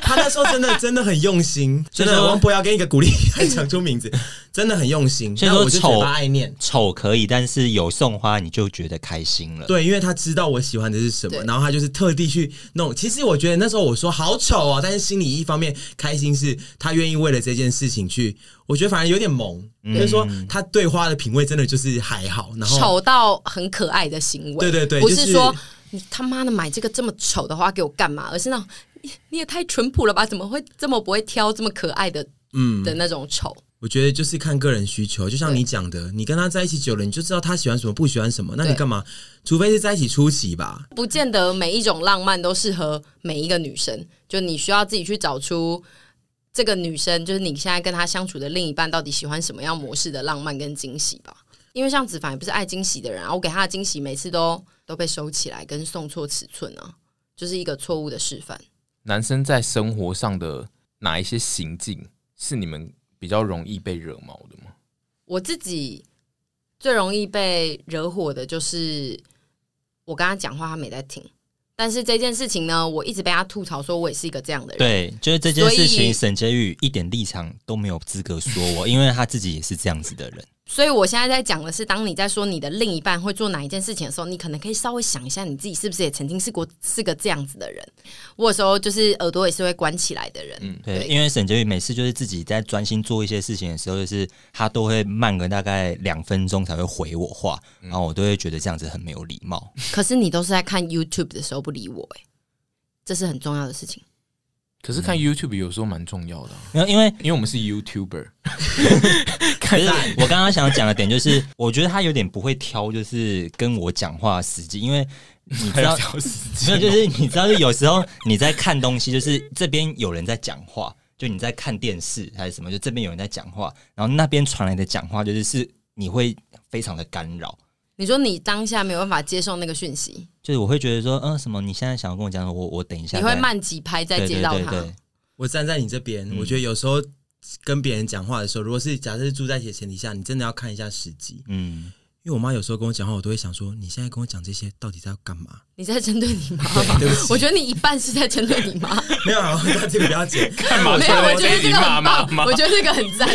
B: 他那时候真的真的很 用心，
C: 所
B: 真
C: 以说
B: 的王博要跟一个鼓励，还讲出名字，真的很用心。
C: 所以
B: 那我
C: 说
B: 就嘴
C: 丑
B: 巴爱念。
C: 丑可以，但是有送花你就觉得开心了。，
B: 对，因为他知道我喜欢的是什么，
A: 对
B: 然后他就是特地去弄。其实我觉得那时候我说好丑啊，但是心里一方面开心是他愿意为了这件事情去，我觉得反而有点萌，就是说他对花的品味真的就是还好，然后
A: 丑到很可爱的行为。
B: 对对对
A: 不
B: 就是
A: 说、你他妈的买这个这么丑的花给我干嘛，而是那种你你也太淳朴了吧？怎么会这么不会挑这么可爱的
B: 嗯，
A: 的那种丑？
B: 我觉得就是看个人需求，就像
A: 对
B: 你讲的，你跟他在一起久了，你就知道他喜欢什么，不喜欢什么。那你
A: 对
B: 干嘛？除非是在一起初期吧。
A: 不见得每一种浪漫都适合每一个女生，就你需要自己去找出这个女生，就是你现在跟她相处的另一半到底喜欢什么样模式的浪漫跟惊喜吧。因为像子凡也不是爱惊喜的人啊，我给他的惊喜每次都都被收起来，跟送错尺寸啊，就是一个错误的示范。
D: 男生在生活上的哪一些行径是你们比较容易被惹毛的吗？
A: 我自己最容易被惹火的就是我跟他讲话，他没在听。但是这件事情呢，我一直被他吐槽说我也是一个这样的人。
C: 对，就是这件事
A: 所以
C: 情，沈婕妤一点立场都没有资格说我，因为她自己也是这样子的人。
A: 所以我现在在讲的是，当你在说你的另一半会做哪一件事情的时候，你可能可以稍微想一下，你自己是不是也曾经是过是个这样子的人？我有时候就是耳朵也是会关起来的人。
D: 嗯
C: 对，
A: 对
C: 因为沈婕妤每次就是自己在专心做一些事情的时候，就是她都会慢个大概两分钟才会回我话，然后我都会觉得这样子很没有礼貌。
A: 可是你都是在看 YouTube 的时候不理我、欸，这是很重要的事情。
D: 可是看 YouTube 有时候蛮重要的啊、
C: 因为因为
D: 因为我们是 YouTuber，
C: 可是我刚刚想讲的点就是，我觉得他有点不会挑，就是跟我讲话的时机，因为你知道，没有，就是你知道，就有时候你在看东西，就是这边有人在讲话，就你在看电视还是什么，就这边有人在讲话，然后那边传来的讲话，就是是你会非常的干扰。
A: 你说你当下没有办法接受那个讯息，
C: 就是我会觉得说，嗯、什么？你现在想要跟我讲，我我等一下
A: 你
C: 再，
A: 会慢几拍再
C: 对
A: 接
C: 对
A: 到他。
C: 对对，
B: 我站在你这边，
C: 嗯
B: 我觉得有时候跟别人讲话的时候，如果是假设是住在一起的前提下，你真的要看一下时机。
C: 嗯，
B: 因为我妈有时候跟我讲话，我都会想说，你现在跟我讲这些到底在要干嘛？
A: 你在针对你妈 吗？
B: 对不起
A: 我觉得你一半是在针对你妈，
B: 没有，啊，那这个不 要剪。
D: 干嘛
A: 没有，我觉得
D: 你
A: 这个
D: 骂
A: 很
D: 妈妈
A: 棒，我觉得这个很赞，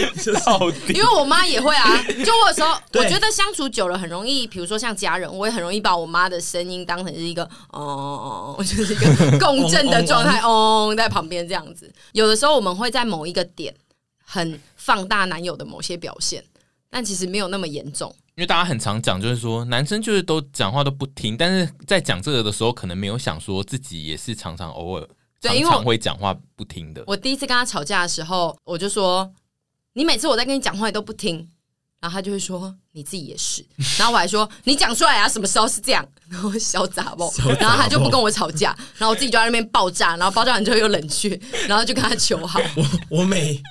D: 到
A: 因
D: 底
A: 为我妈也会 啊。就我有时候，
B: 对
A: 我觉得相处久了很容易，比如说像家人，我也很容易把我妈的声音当成是一个哦哦， 哦就是一个共振的状态，哦，在旁边这样子。有的时候我们会在某一个点很放大男友的某些表现，但其实没有那么严重。
D: 因为大家很常讲，就是说男生就是都讲话都不听，但是在讲这个的时候，可能没有想说自己也是常常偶尔
A: 对
D: 常
A: 因为我
D: 常会讲话不听的。
A: 我第一次跟他吵架的时候，我就说：“你每次我在跟你讲话，你都不听。”然后他就会说：“你自己也是。”然后我还说：“你讲出来啊，什么时候是这样？”然后小杂包
B: 小杂，包
A: 然后他就不跟我吵架，然后我自己就在那边爆炸，然后爆炸完之后又冷却，然后就跟他求好。
B: 我每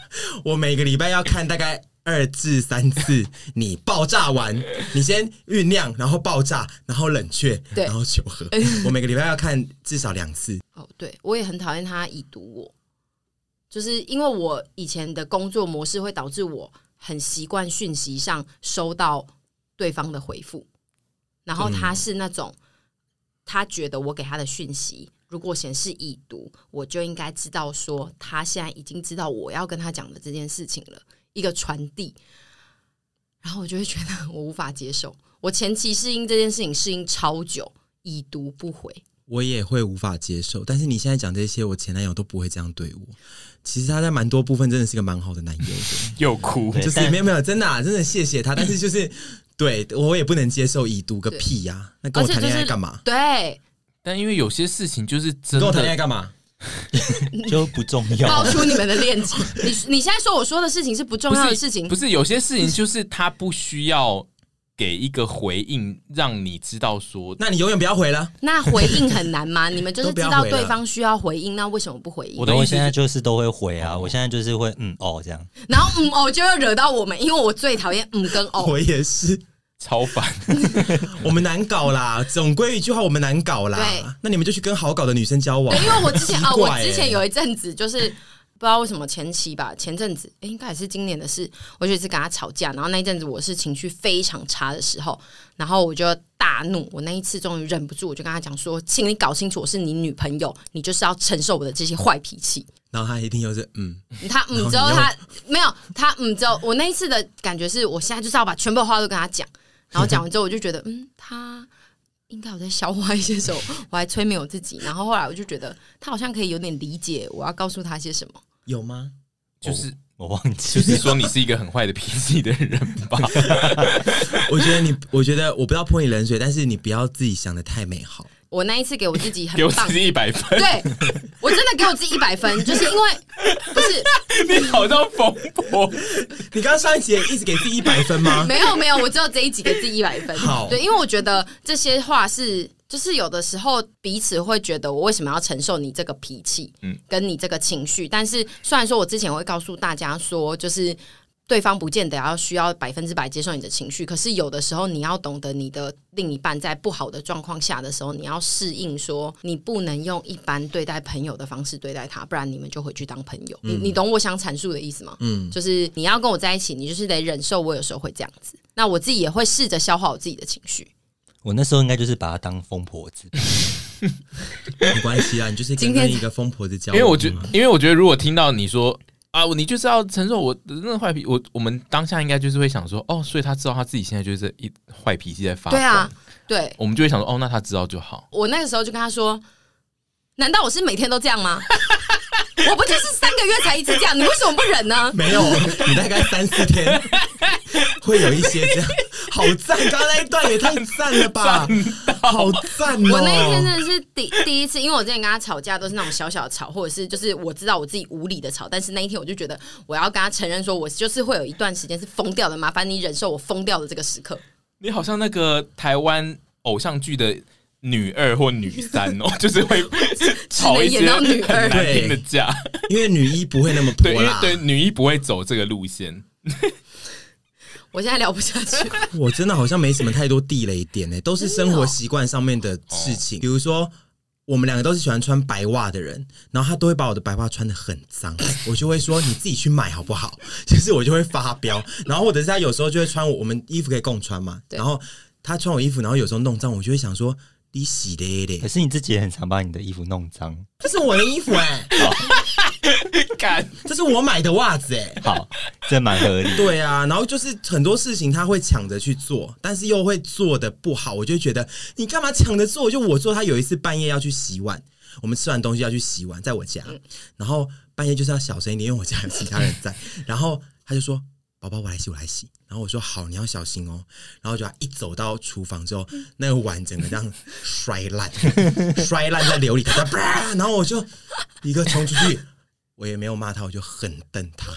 B: 我每个礼拜要看大概二至 三次，你爆炸完，你先酝酿，然后爆炸，然后冷却，
A: 对
B: 然后求 和。我每个礼拜要看至少两次。
A: 哦，对，我也很讨厌他已读我，就是因为我以前的工作模式会导致我很习惯讯息上收到对方的回复，然后他是那种、他觉得我给他的讯息如果显示已读，我就应该知道说他现在已经知道我要跟他讲的这件事情了，一个传递，然 后我就会觉得我无法接受。我前期适应这件事情适应超久，已读不回，
B: 我也会无法接受。但是你现在讲这些，我前男友都不会这样对我。其实他在蛮多部分真的是个蛮好的男友的，
D: 又哭
C: 对，
B: 就是
C: 但
B: 没有没有，真的、啊、真的 谢谢他，但是就是。对，我也不能接受已读个屁呀、那
A: 而
B: 跟我
A: 且
B: 谈
A: 就
B: 恋爱
A: 是
B: 干嘛？
A: 对，
D: 但因为有些事情就是真
B: 跟我谈恋
D: 的
B: 爱，干嘛？
C: 就不重要
A: 爆。出你们的恋情。你你现在说我说的事情是不重
D: 不
A: 要的
D: 是
A: 事情
D: 不，是有些事情就是他不需要给一个回应，让你知道说
B: 那你永远不要回了。
A: 那回应很难吗？你们就是
B: 都不
A: 知
B: 要
A: 道
B: 回了
A: 对方需要回应，那为什么不回应
D: 我？的
C: 然
D: 意
C: 后我
D: 思
C: 现在
D: 是哦
C: 就是都会回啊，我现在就是会嗯哦这样，
A: 然后嗯哦就会惹到我们，因为我最讨厌嗯跟 哦。
B: 我也是，
D: 超 烦，
B: 我们难搞啦。总归一句话，我们难搞
A: 对
B: 啦。那你们就去跟好搞的女生交往
A: 对，。因为我之前啊、
B: 奇怪
A: 我
B: 欸
A: 之前有一阵子就是不知道为什么前期吧，前阵子、欸诶应该也是今年的事，我就一直跟他吵架，然后那一阵子我是情绪非常差的时候，然后我就大怒，我那一次终于忍不住，我就跟他讲说，请你搞清楚，我是你女朋友，你就是要承受我的这些坏脾气。
B: 然后他一定又是嗯，
A: 他
B: 然
A: 嗯
B: 后
A: 之后
B: 你又
A: 他没有他嗯之后，我那一次的感觉是我现在就是要把全部的话都跟他讲，然后讲完之后我就觉得嗯他。应该我在消化一些什么，我还催眠我自己，然后后来我就觉得他好像可以有点理解我要告诉他些什么。
B: 有 吗？
D: 就是
A: 哦
C: 我忘记
D: 就
C: 了。
D: 是说你是一个很坏的脾气的人 吧？
B: 我觉得你，我觉得我不要泼你冷水，但是你不要自己想的太美好。
A: 我那一次给我自己很
D: 给我
A: 棒
D: 自，己一百分，
A: 对我真的给我自己一百分，就是因为不是
D: 你好像冯博，
B: 你刚刚上一集也一直给自己一百分 吗？
A: 没有没有，我只有这一集给自己一百分。
B: 好
A: 对，因为我觉得这些话是，就是有的时候彼此会觉得我为什么要承受你这个脾气，嗯
D: 嗯，
A: 跟你这个情绪。但是虽然说我之前会告诉大家说，就是。对方不见得要需要百分之百接受你的情绪，可是有的时候你要懂得你的另一半在不好的状况下的时候，你要适应说你不能用一般对待朋友的方式对待他，不然你们就回去当朋友。你你懂我想阐述的意思吗？
B: 嗯，
A: 就是你要跟我在一起，你就是得忍受我有时候会这样子。那我自己也会试着消化我自己的情绪。
C: 我那时候应该就是把他当疯婆子，
B: 没关系啦，你就是
A: 今
B: 跟
A: 天
B: 跟一个疯婆子交
D: 因
B: 往。
D: 为我觉，因为我觉得如果听到你说啊，我你就是要承受我的那个坏脾，我我们当下应该就是会想说，哦，所以他知道他自己现在就是一坏脾气在发，
A: 对啊，，对
D: 我们就会想说，哦，那他知道就好。
A: 我那个时候就跟他说：“难道我是每天都这样吗？ 我不就是三个月才一次这样，你为什么不忍呢？”
B: 没 有，你大概三四天会有一些这样，好赞！刚刚那一段也太赞了 吧，好赞哦！
A: 我那一天真的是第 第一次，因为我之前跟他吵架都是那种小小的吵，或者是就是我知道我自己无理的吵，但是那一天我就觉得我要跟他承认说，我就是会有一段时间是疯掉的，麻烦你忍受我疯掉的这个时刻。
D: 你好像那个台湾偶像剧的女二或女三 哦，就是会吵一
A: 只能演
D: 些
A: 到女二
D: 很难听的架。
B: 因为女一不会那么
D: 对，因
B: 泼
D: 为
B: 啦，
D: 对女一不会走这个路线，
A: 我现在聊不下去，
B: 我真的好像没什么太多地雷点呢、欸都是生活习惯上面的事情，比如说。我们两个都是喜欢穿白袜的人，然后他都会把我的白袜穿的很脏，我就会说你自己去买好不好？就是我就会发飙，然后或者是他有时候就会穿我我们衣服可以共穿嘛，
A: 对
B: 然后他穿我衣服，然后有时候弄脏，我就会想说你洗的 嘞
C: 可，是你自己也很常把你的衣服弄脏。
B: 这是我的衣服哎、
D: 干
B: 这是我买的袜子哎、
C: 好，这蛮合理。
B: 对啊，然后就是很多事情他会抢着去做，但是又会做的不好，我就觉得你干嘛抢着做？就我做，他有一次半夜要去洗碗，我们吃完东西要去洗碗，在我家，然后半夜就是要小声一点，因为我家有其他人在，然后他就说。宝宝，我来洗，我来洗。然后我说好，你要小心哦。然后就他一走到厨房之后，那个碗整个这样摔烂，摔烂在琉璃台，啪！然后我就一个冲出去，我也没有骂他，我就狠瞪他。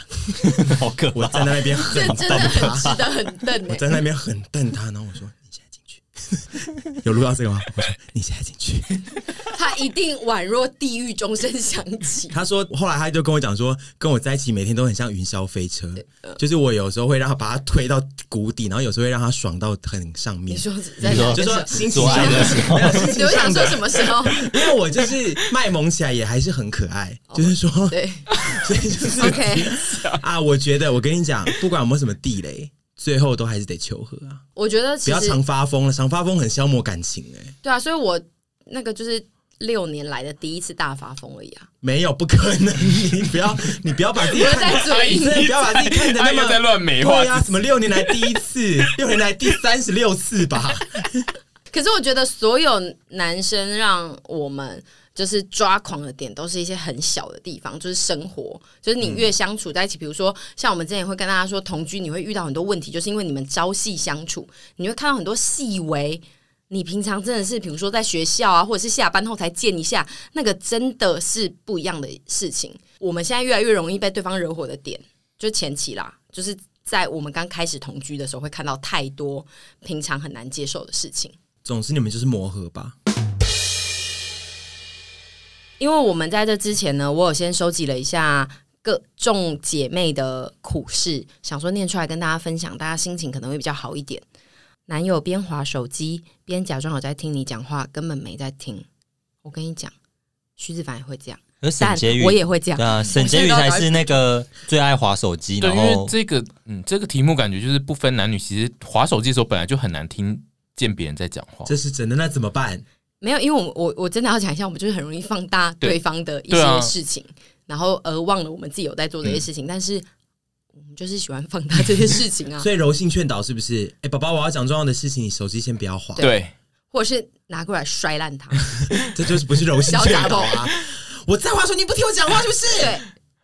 C: 好可
B: 我
C: 怕！
B: 站在那边狠
A: 这真的
B: 瞪
A: 很
B: 他，
A: 值得很瞪
B: 我
A: 哎、
B: 在那边狠瞪他，然后我说：“你现在进去。”有录到这个吗？我说：“你现在进去。
A: 他一定宛若地狱钟声响” 起。
B: 他说，后来他就跟我讲说，跟我在一起每天都很像云霄飞车，就是我有时候会让他把他推到谷底，然后有时候会让他爽到很上
A: 你
B: 面。
A: 说在
C: 你
A: 哪
C: 说
B: 就
A: 边
B: 说
A: 上？
B: 心情
C: 做
B: 上
C: 爱的
B: 的，
C: 时候
B: 没有心
A: 你
B: 情
A: 会想
B: 上
A: 说
B: 的，
A: 什么时候？
B: 因为我就是卖萌起来也还是很可爱，就是说，
A: 哦对
B: 所以就是
A: ，OK，
B: 啊，我觉得我跟你讲，不管有没有什么地雷，最后都还是得求和啊。
A: 我觉得
B: 不
A: 其
B: 要
A: 实
B: 常发疯了，常发疯很消磨感情哎、
A: 对啊，所以我那个就是六年来的第一次大发疯而已啊。
B: 没有不可能，你不要你不要把自己
A: 我
B: 看哎
A: 在嘴
B: 你真的不要把自己看的
D: 他
B: 那
D: 又在
B: 么。啊
D: 乱美化
B: 对，呀、什么六年来第一次，六年来第三十六次吧，
A: 可是我觉得所有男生让我们就是抓狂的点，都是一些很小的地方，就是生活，就是你越相处在一起，比如说像我们之前也会跟大家说，同居你会遇到很多问题，就是因为你们朝夕相处，你会看到很多细微。你平常真的是，比如说在学校啊，或者是下班后才见一下，那个真的啊是不一样的事情。我们现在越来越容易被对方惹火的点，就前期啦，就是在我们刚开始同居的时候，会看到太多平常很难接受的事情。
B: 总之，你们就是磨合吧。
A: 因为我们在这之前呢，我有先收集了一下各众姐妹的苦事，想说念出来跟大家分享，大家心情可能会比较好一点。男友边划手机边假装有在听你讲话，根本没在听。我跟你讲，徐子凡也会这样，
C: 而沈
A: 但
C: 婕妤
A: 我也会这样
C: 对。啊，沈婕妤才是那个最爱划手机，
D: 对，
C: 然
D: 因为
C: 后
D: 这个嗯，这个题目感觉就是不分男女，其实划手机的时候本来就很难听见别人在讲话。
B: 这是真的，那怎么办？
A: 没有，因为我我我真的要讲一下，我们就是很容易放大
D: 对
A: 对方的一
D: 对啊
A: 些事情，然后而忘了我们自己有在做这些事情，但是我们就是喜欢放大这些事情啊，
B: 所以柔性劝导是不是？哎、宝宝，我要讲重要的事情，你手机先不要划。，
D: 对，
A: 或者是拿过来摔烂它。
B: 这就是不是柔性
A: 小
B: 劝
A: 打
B: 导
A: 斗
B: 啊！我在划手，你不听我讲话是不是？
A: 对，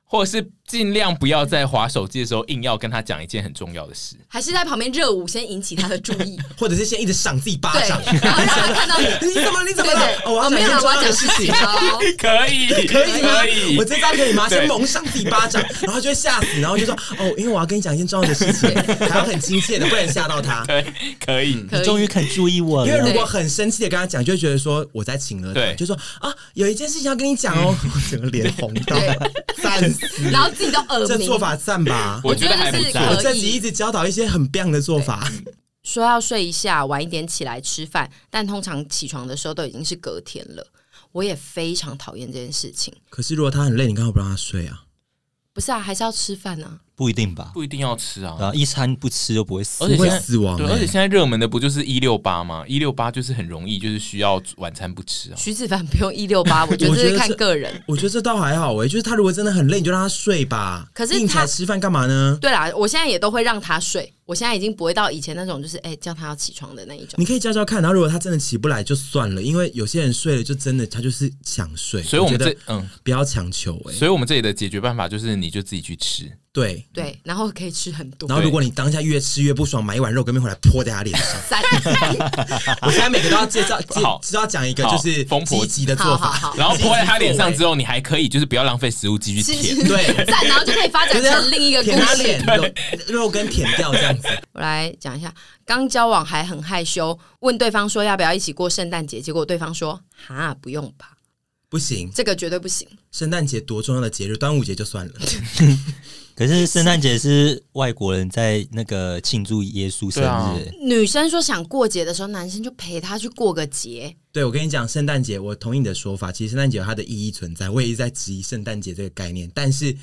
D: 或者是尽量不要在划手机的时候硬要跟他讲一件很重要的 事。
A: 还是在旁边热舞先引起他的注 意，
B: 或者是先一直赏自己巴
A: 对，
B: 掌？
A: 然后让他看到你。
B: 你怎么？你怎么
A: 对
B: 了
A: 对？，
B: 哦，我要讲
A: 没
B: 一
A: 有
B: 件
A: 啦，
B: 重
A: 我
B: 要
A: 要
B: 的
A: 讲
B: 事
A: 事
B: 情
A: 情。。哦好
D: 可以，
B: 可以吗？
D: 可以
B: 我。这招可以吗？
D: 对
B: 先猛上自己巴掌，然后就会吓死，然后就说哦，因为我要跟你讲一件重要的事 情，还要很亲切的，不然吓到他。
D: 对，可以，
A: 可以
C: 终于肯注意我
B: 因为如
C: 了。
B: 果很生气的跟他讲，就会觉得说我在请了他，
D: 对
B: 就说啊，有一件事情要跟你讲哦， 我整个脸红到
A: 对
B: 赞死，
A: 然后自己都耳
B: 这
A: 鸣。
B: 做法赞吧？
D: 我觉得还
A: 我
D: 不
A: 觉得是
D: 在
B: 我
A: 可以。
B: 这集一直教导一些很 b 的做法，
A: 说要睡一下，晚一点起来吃饭，但通常起床的时候都已经是隔天了。我也非常讨厌这件事情。
B: 可是如果他很累，你干嘛不让他睡啊？
A: 不是啊，还是要吃饭啊。
C: 不一定吧？
D: 不一定要吃啊。
C: 啊，一餐不吃就不会死
D: 而。且
B: 不会
D: 现在
B: 死亡
D: 对，
B: 欸
D: 而且现在热门的不就是一六八吗？一六八就是很容易，就是需要晚餐不吃啊。
A: 徐子凡不用一六 八，我觉得
B: 我觉
A: 这
B: 得
A: 是看
B: 是
A: 个人。
B: 我觉得这倒还好诶、欸就是他如果真的很累，你就让他睡吧。
A: 可是他
B: 硬起来吃饭干嘛呢？
A: 对啦，我现在也都会让他睡。我现在已经不会到以前那种就是哎、叫他要起床的那一种。
B: 你可以教教看，然后如果他真的起不来就算了，因为有些人睡了就真的他就是想睡，
D: 所以我们
B: 觉
D: 这
B: 得
D: 嗯，
B: 不要强求诶、
D: 所以我们这里的解决办法就是，你就自己去吃。
B: 对。
A: 对，然后可以吃很多
B: 然后，如果你当下越吃越不爽，买一碗肉羹面回来泼在他脸 上。
A: 三，
B: 我现在每个都要介绍，介
D: 好
B: 就要讲一个
D: 好
B: 就是
D: 疯婆
B: 积极的
A: 好
B: 做
A: 好
B: 法。
A: 好，
D: 然后泼在他脸
B: 欸
D: 上之后，你还可以就是不要浪费食物，继续
A: 是
D: 舔。
A: 是
B: 对 啊
A: 赞，然后就可以发展
B: 就是要
A: 成另一个故
B: 舔他
A: 事
B: 脸。，肉肉羹舔掉这样子。
A: 我来讲一下，刚交往还很害羞，问对方说要不要一起过圣诞节，结果对方说哈不用吧，
B: 不行，
A: 这个绝对不行。
B: 圣诞节多重要的节日，端午节就算了。
C: 可是圣诞节是外国人在那个庆祝耶稣生
D: 对啊
C: 日，
A: 女生说想过节的时候，男生就陪她去过个节，
B: 对，我跟你讲，圣诞节，我同意你的说法。其实圣诞节有它的意义存在，我也一直在质疑圣诞节这个概念。但是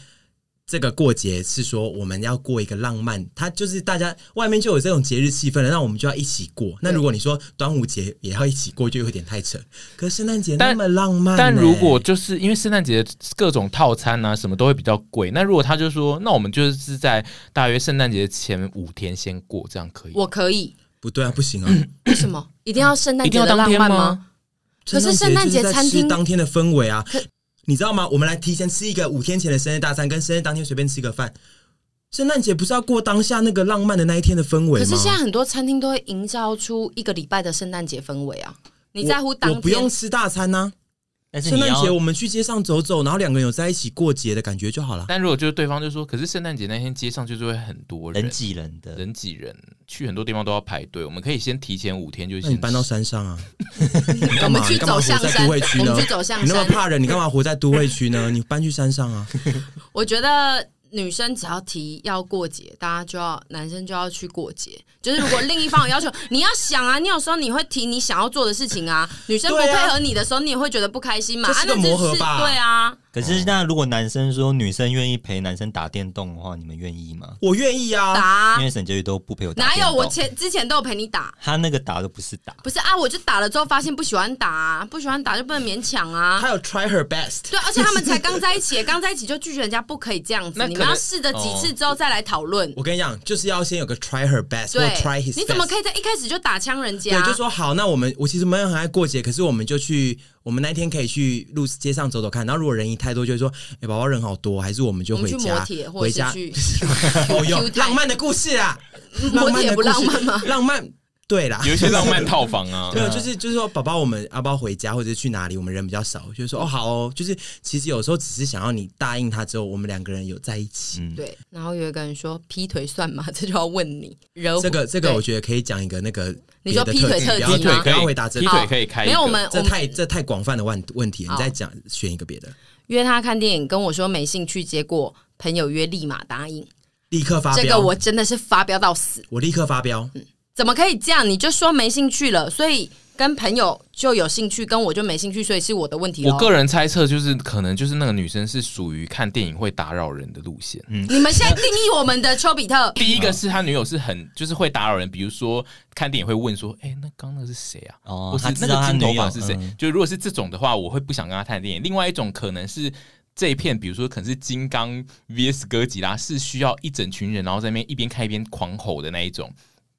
B: 这个过节是说我们要过一个浪漫，它就是大家外面就有这种节日气氛了，那我们就要一起过。那如果你说端午节也要一起过，就有点太扯。可是圣诞节那
D: 但
B: 么浪漫呢、
D: 但如果就是因为圣诞节各种套餐啊什么都会比较贵，那如果他就说，那我们就是在大约圣诞节前五天先过，这样可以吗？
A: 我可以。
B: 不对啊，不行啊！
D: 嗯
A: 为什么一定要圣诞
D: 一定
A: 节
D: 要
A: 的
D: 当
A: 浪
D: 天
A: 漫
D: 吗？？
A: 可是圣诞节
B: 就是在
A: 餐
B: 吃
A: 厅
B: 当天的氛围啊，你知道吗？我们来提前吃一个五天前的生日大餐，跟生日当天随便吃个饭。圣诞节不是要过当下那个浪漫的那一天的氛围
A: 可
B: 吗？
A: 是现在很多餐厅都会营造出一个礼拜的圣诞节氛围啊！你
B: 我
A: 在乎
B: 我
A: 当
B: 不用
A: 天？
B: 吃大餐呢、
C: 但是
B: 圣
C: 你
B: 诞节
C: 要
B: 我们去街上走走，然后两个人有在一起过节的感觉就好了。
D: 但如果就是对方就说，可是圣诞节那天街上就是会很多人
C: 人，挤人的，
D: 人挤人，去很多地方都要排队。我们可以先提前五天就
B: 那
D: 先
B: 你搬到
D: 吃
B: 山上啊？你
A: 我
B: 干
A: 们
B: 嘛？
A: 去
B: 你干
A: 走
B: 嘛活
A: 象
B: 在
A: 山，
B: 都会区
A: 我
B: 呢
A: 们去？走象
B: 你那么
A: 山。
B: 怕人，你干嘛活在都会区呢？ 你搬去山上啊？
A: 我觉得女生只要提要过节，大家就要男生就要去过节。就是如果另一方有要求，你要想啊，你有时候你会提你想要做的事情啊，女生不
B: 对啊
A: 配合你的时候，你也会觉得不开心嘛。
B: 这是个
A: 啊那只
B: 磨合吧
A: 对啊，
C: 可是那如果男生说女生愿意陪男生打电动的话，你们愿意吗？
B: 我愿意啊，
A: 打
C: 因为沈婕妤都不陪我打
A: 哪
C: 电动，
A: 有我前之前都有陪你打，
C: 他那个打都不是打，
A: 不是啊？我就打了之后发现不喜欢打、啊，不喜欢打就不能勉强啊。
B: 他有 try her best。
A: 对，而且他们才刚在一起，刚在一起就拒绝人家不可以这样子
D: 那，可能
A: 你们要试着几次之后再来讨论。
B: 嗯我跟你讲，就是要先有个 try her best 或
A: 对
B: try his，，
A: 你怎么
B: best
A: 可以啊在一开始就打枪人家？
B: 对，就说好，那我们我其实没有很爱过节，可是我们就去，我们那一天可以去路街上走走看。然后如果人一太多，就会说，哎、宝宝人好多，还是我们就
A: 我们
B: 回
A: 去
B: 家，
A: 磨铁，或
B: 回
A: 者
B: 家
A: 是 去
B: 哦哟
A: Q 弹
B: 浪漫的故事啊，
A: 磨
B: 漫
A: 铁
B: 的
A: 不
B: 故
A: 浪
B: 事
A: 漫吗？
B: 浪漫，对啦，
D: 有一些浪漫套房 啊
B: 没。有，就是就是说，宝宝，我们要不要回家，或者是去哪里？我们人比较少，就是说，哦，好哦，就是其实有时候只是想要你答应他之后，我们两个人有在一起。
C: 嗯，
A: 对，然后有一个人说劈腿算吗？ 这就要问你，惹
B: 这个这个，我
A: 对
B: 觉得可以讲一个那个
A: 嗯你
B: 别
A: 说
B: 的
A: 劈
B: 特
A: 腿
B: 辑
A: 特
B: 不
A: 辑
B: 要
D: 劈腿
A: 吗
D: 可以，
B: 不要回答这
D: 劈
B: 个
D: 腿可以开一
A: 没
D: 个。
A: 有我们我
B: 这
A: 们
B: 太这太广泛的问问题了，你
A: 好
B: 再讲选一个别的，
A: 约他看电影，跟我说没兴趣，结果朋友约立马答应，
B: 立刻发
A: 这个
B: 飙。
A: 我真的是发飙到死。
B: 我立刻发飙，
A: 怎么可以这样？你就说没兴趣了，所以跟朋友就有兴趣，跟我就没兴趣，所以是我的问题咯
D: 我个人猜测就是，可能就是那个女生是属于看电影会打扰人的路
B: 嗯
D: 线。，
A: 你们现在定义我们的丘比特
D: 第一个是他女友是很就是会打扰人，比如说看电影会问说：“哎、那刚那个是谁啊？”
C: 哦
D: 或是
C: 他知
D: 那
C: 道
D: 个
C: 他
D: 金头
C: 女友
D: 发是谁？
C: 嗯
D: 就如果是这种的话，我会不想跟他看电影。另外一种可能是。这一片，比如说可能是金刚 VS 哥吉拉，是需要一整群人，然后在那边一边看一边狂吼的那一种，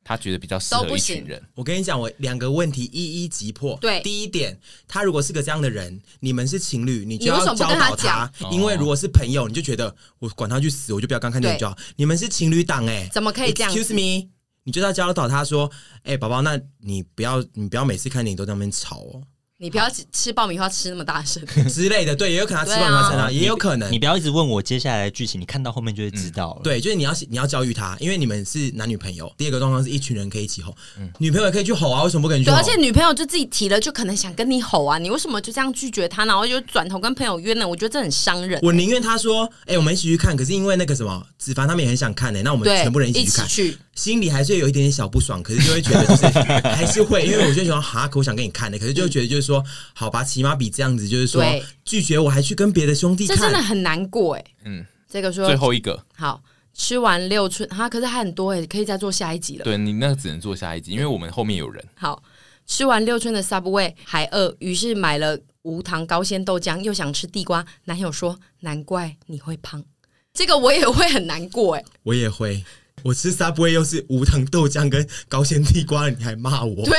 D: 他觉得比较适
A: 都
D: 合
A: 不
D: 一
A: 行
D: 群人。
B: 我跟你讲，我两个问题一一击破。
A: 对
B: 第一点，他如果是个这样的人，你们是情侣，你就
A: 你为什
B: 要
A: 么不
B: 教
A: 跟他
B: 导他，因为如果是朋友，你就觉得我管他去死，我就不要跟他看电影就好。你们是情侣档哎、
A: 怎么可以这样
B: Excuse
A: 子？
B: me，你就是要教导他说，哎、宝宝，那你不要你不要每次看电影都在那边吵哦
A: 你不要只吃爆米花吃那么大声，
B: 之类的。对，也有可能他吃饭
A: 对啊
B: 他撑啊，也有可能
C: 你。不要一直问我接下来的剧情，你看到后面就会知道了。，
B: 对，就是你要你要教育他，因为你们是男女朋友。第二个状况是一群人可以一起吼，
C: 嗯
B: 女朋友也可以去吼啊，为什么不跟你去
A: 对，
B: 吼？
A: 而且女朋友就自己提了，就可能想跟你吼啊，你为什么就这样拒绝她，然后就转头跟朋友约呢？我觉得这很伤人。
B: 我宁愿他说，哎、我们一起去看，可是因为那个什么，子凡他们也很想看欸呢、那我们
A: 对
B: 全部人，一起
A: 一
B: 去
A: 起
B: 看，
A: 去，
B: 心里还是有一点点小不爽，可是就会觉得就是 还是会，因为我就想哈，可我想跟你看欸的、可是就会觉得就是说，好吧，起码比这样子就是说
A: 对
B: 拒绝我还去跟别的兄弟
A: 这真的
B: 看，
A: 很难过哎、
D: 嗯，
A: 这个说
D: 最后一个，
A: 好吃完六寸，哈，可是还很多哎、可以再做下一集了。
D: 对你那个只能做下一集，因为我们后面有人。
A: 好吃完六寸的 Subway 还饿，于是买了无糖高纤豆浆，又想吃地瓜。男友说：“难怪你会胖。”这个我也会很难过哎、
B: 我也会。我吃 Subway 又是无糖豆浆跟高纤地瓜，你还骂我？
A: 对，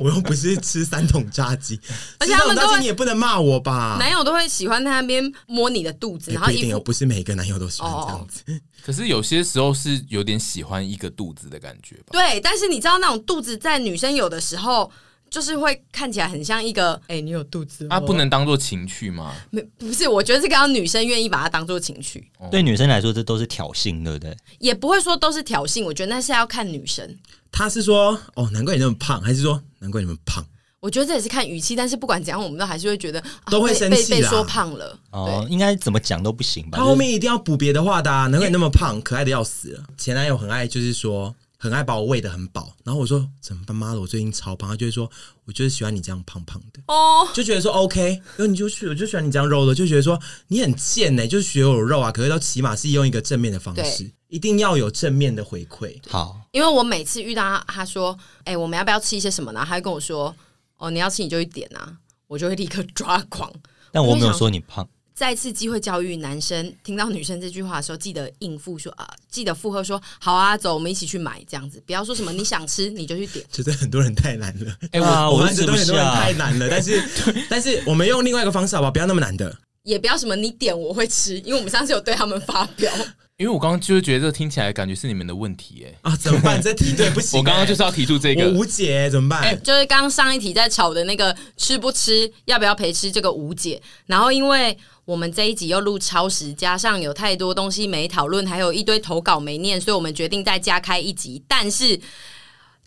B: 我又不是吃三桶炸鸡，
A: 而且
B: 吃三
A: 他们
B: 桶
A: 都
B: 炸
A: 会
B: 鸡你也不能骂我吧？
A: 男友都会喜欢在那边摸你的肚子，
B: 也
A: 然后
B: 不一
A: 一
B: 定哦，
A: 副
B: 不是每个男友都喜欢这
A: 哦
B: 样子。
D: 可是有些时候是有点喜欢一个肚子的感觉吧。
A: 对，但是你知道那种肚子在女生有的时候。就是会看起来很像一个，哎、你有肚子哦
D: 啊，不能当做情趣吗？
A: 没不是，我觉得这个要女生愿意把它当做情趣，
C: 对女生来说这都是挑衅，对不对？
A: 也不会说都是挑衅。我觉得那是要看女生，
B: 他是说哦，难怪你那么胖，还是说难怪你们胖？
A: 我觉得这也是看语气。但是不管怎样，我们都还是会觉得、啊
B: 都会生气
A: 被被被
B: 啦
A: 说胖了。
C: 哦，应该怎么讲都不行吧？
B: 他后面一定要补别的话的、啊，难怪你那么胖，可爱的要死了。前男友很爱，就是说很爱把我喂得很饱，然后我说怎么办，妈的，我最近超胖，他就会说我就是喜欢你这样胖胖的。
A: 哦，
B: 就觉得说 OK，然后你就去，我就喜欢你这样肉的，就觉得说你很贱呢、就是学我肉啊。可是都起码是用一个正面的方式
A: 对，
B: 一定要有正面的回馈。
C: 就是好，
A: 因为我每次遇到他，他说：“哎、我们要不要吃一些什么呢？”他会跟我说：“哦，你要吃你就去点啊。”我就会立刻抓狂。
C: 但我没有说你胖，
A: 再次机会教育男生，听到女生这句话的时候，记得应付说啊，记得附和说好啊，走，我们一起去买这样子，不要说什么你想吃你就去点。
B: 觉得很多人太难了，
C: 哎、啊，我
B: 们觉
C: 是吃
B: 得
C: 不
B: 很多人
C: 下
B: 太。难了。但是， 但是我们用另外一个方式好不好？不要那么难的。
A: 也不要什么你点我会吃，因为我们上次有对他们发表，
D: 因为我刚刚就是觉得这听起来感觉是你们的问题哎、
B: 啊，怎么 办？这题对不行欸、
D: 我刚刚就是要提出这
B: 我
D: 个，
B: 无解，欸怎么
C: 哎
B: 办？
A: 就是刚刚上一题在吵的那个吃不吃、要不要陪吃这个无解。然后因为我们这一集又录超时，加上有太多东西没讨论，还有一堆投稿没念，所以我们决定再加开一集。但是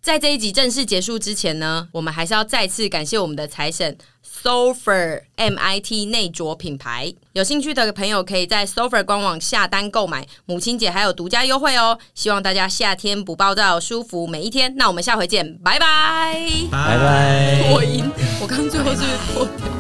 A: 在这一集正式结束之前呢，我们还是要再次感谢我们的财神 Sofer MIT 内着品牌。有兴趣的朋友可以在 Sofer 官网下单购买，母亲节还有独家优惠哦。希望大家夏天不暴躁，舒服每一天。那我们下回见，拜拜。
C: 拜拜。
A: 破音，我刚最后是不是破掉。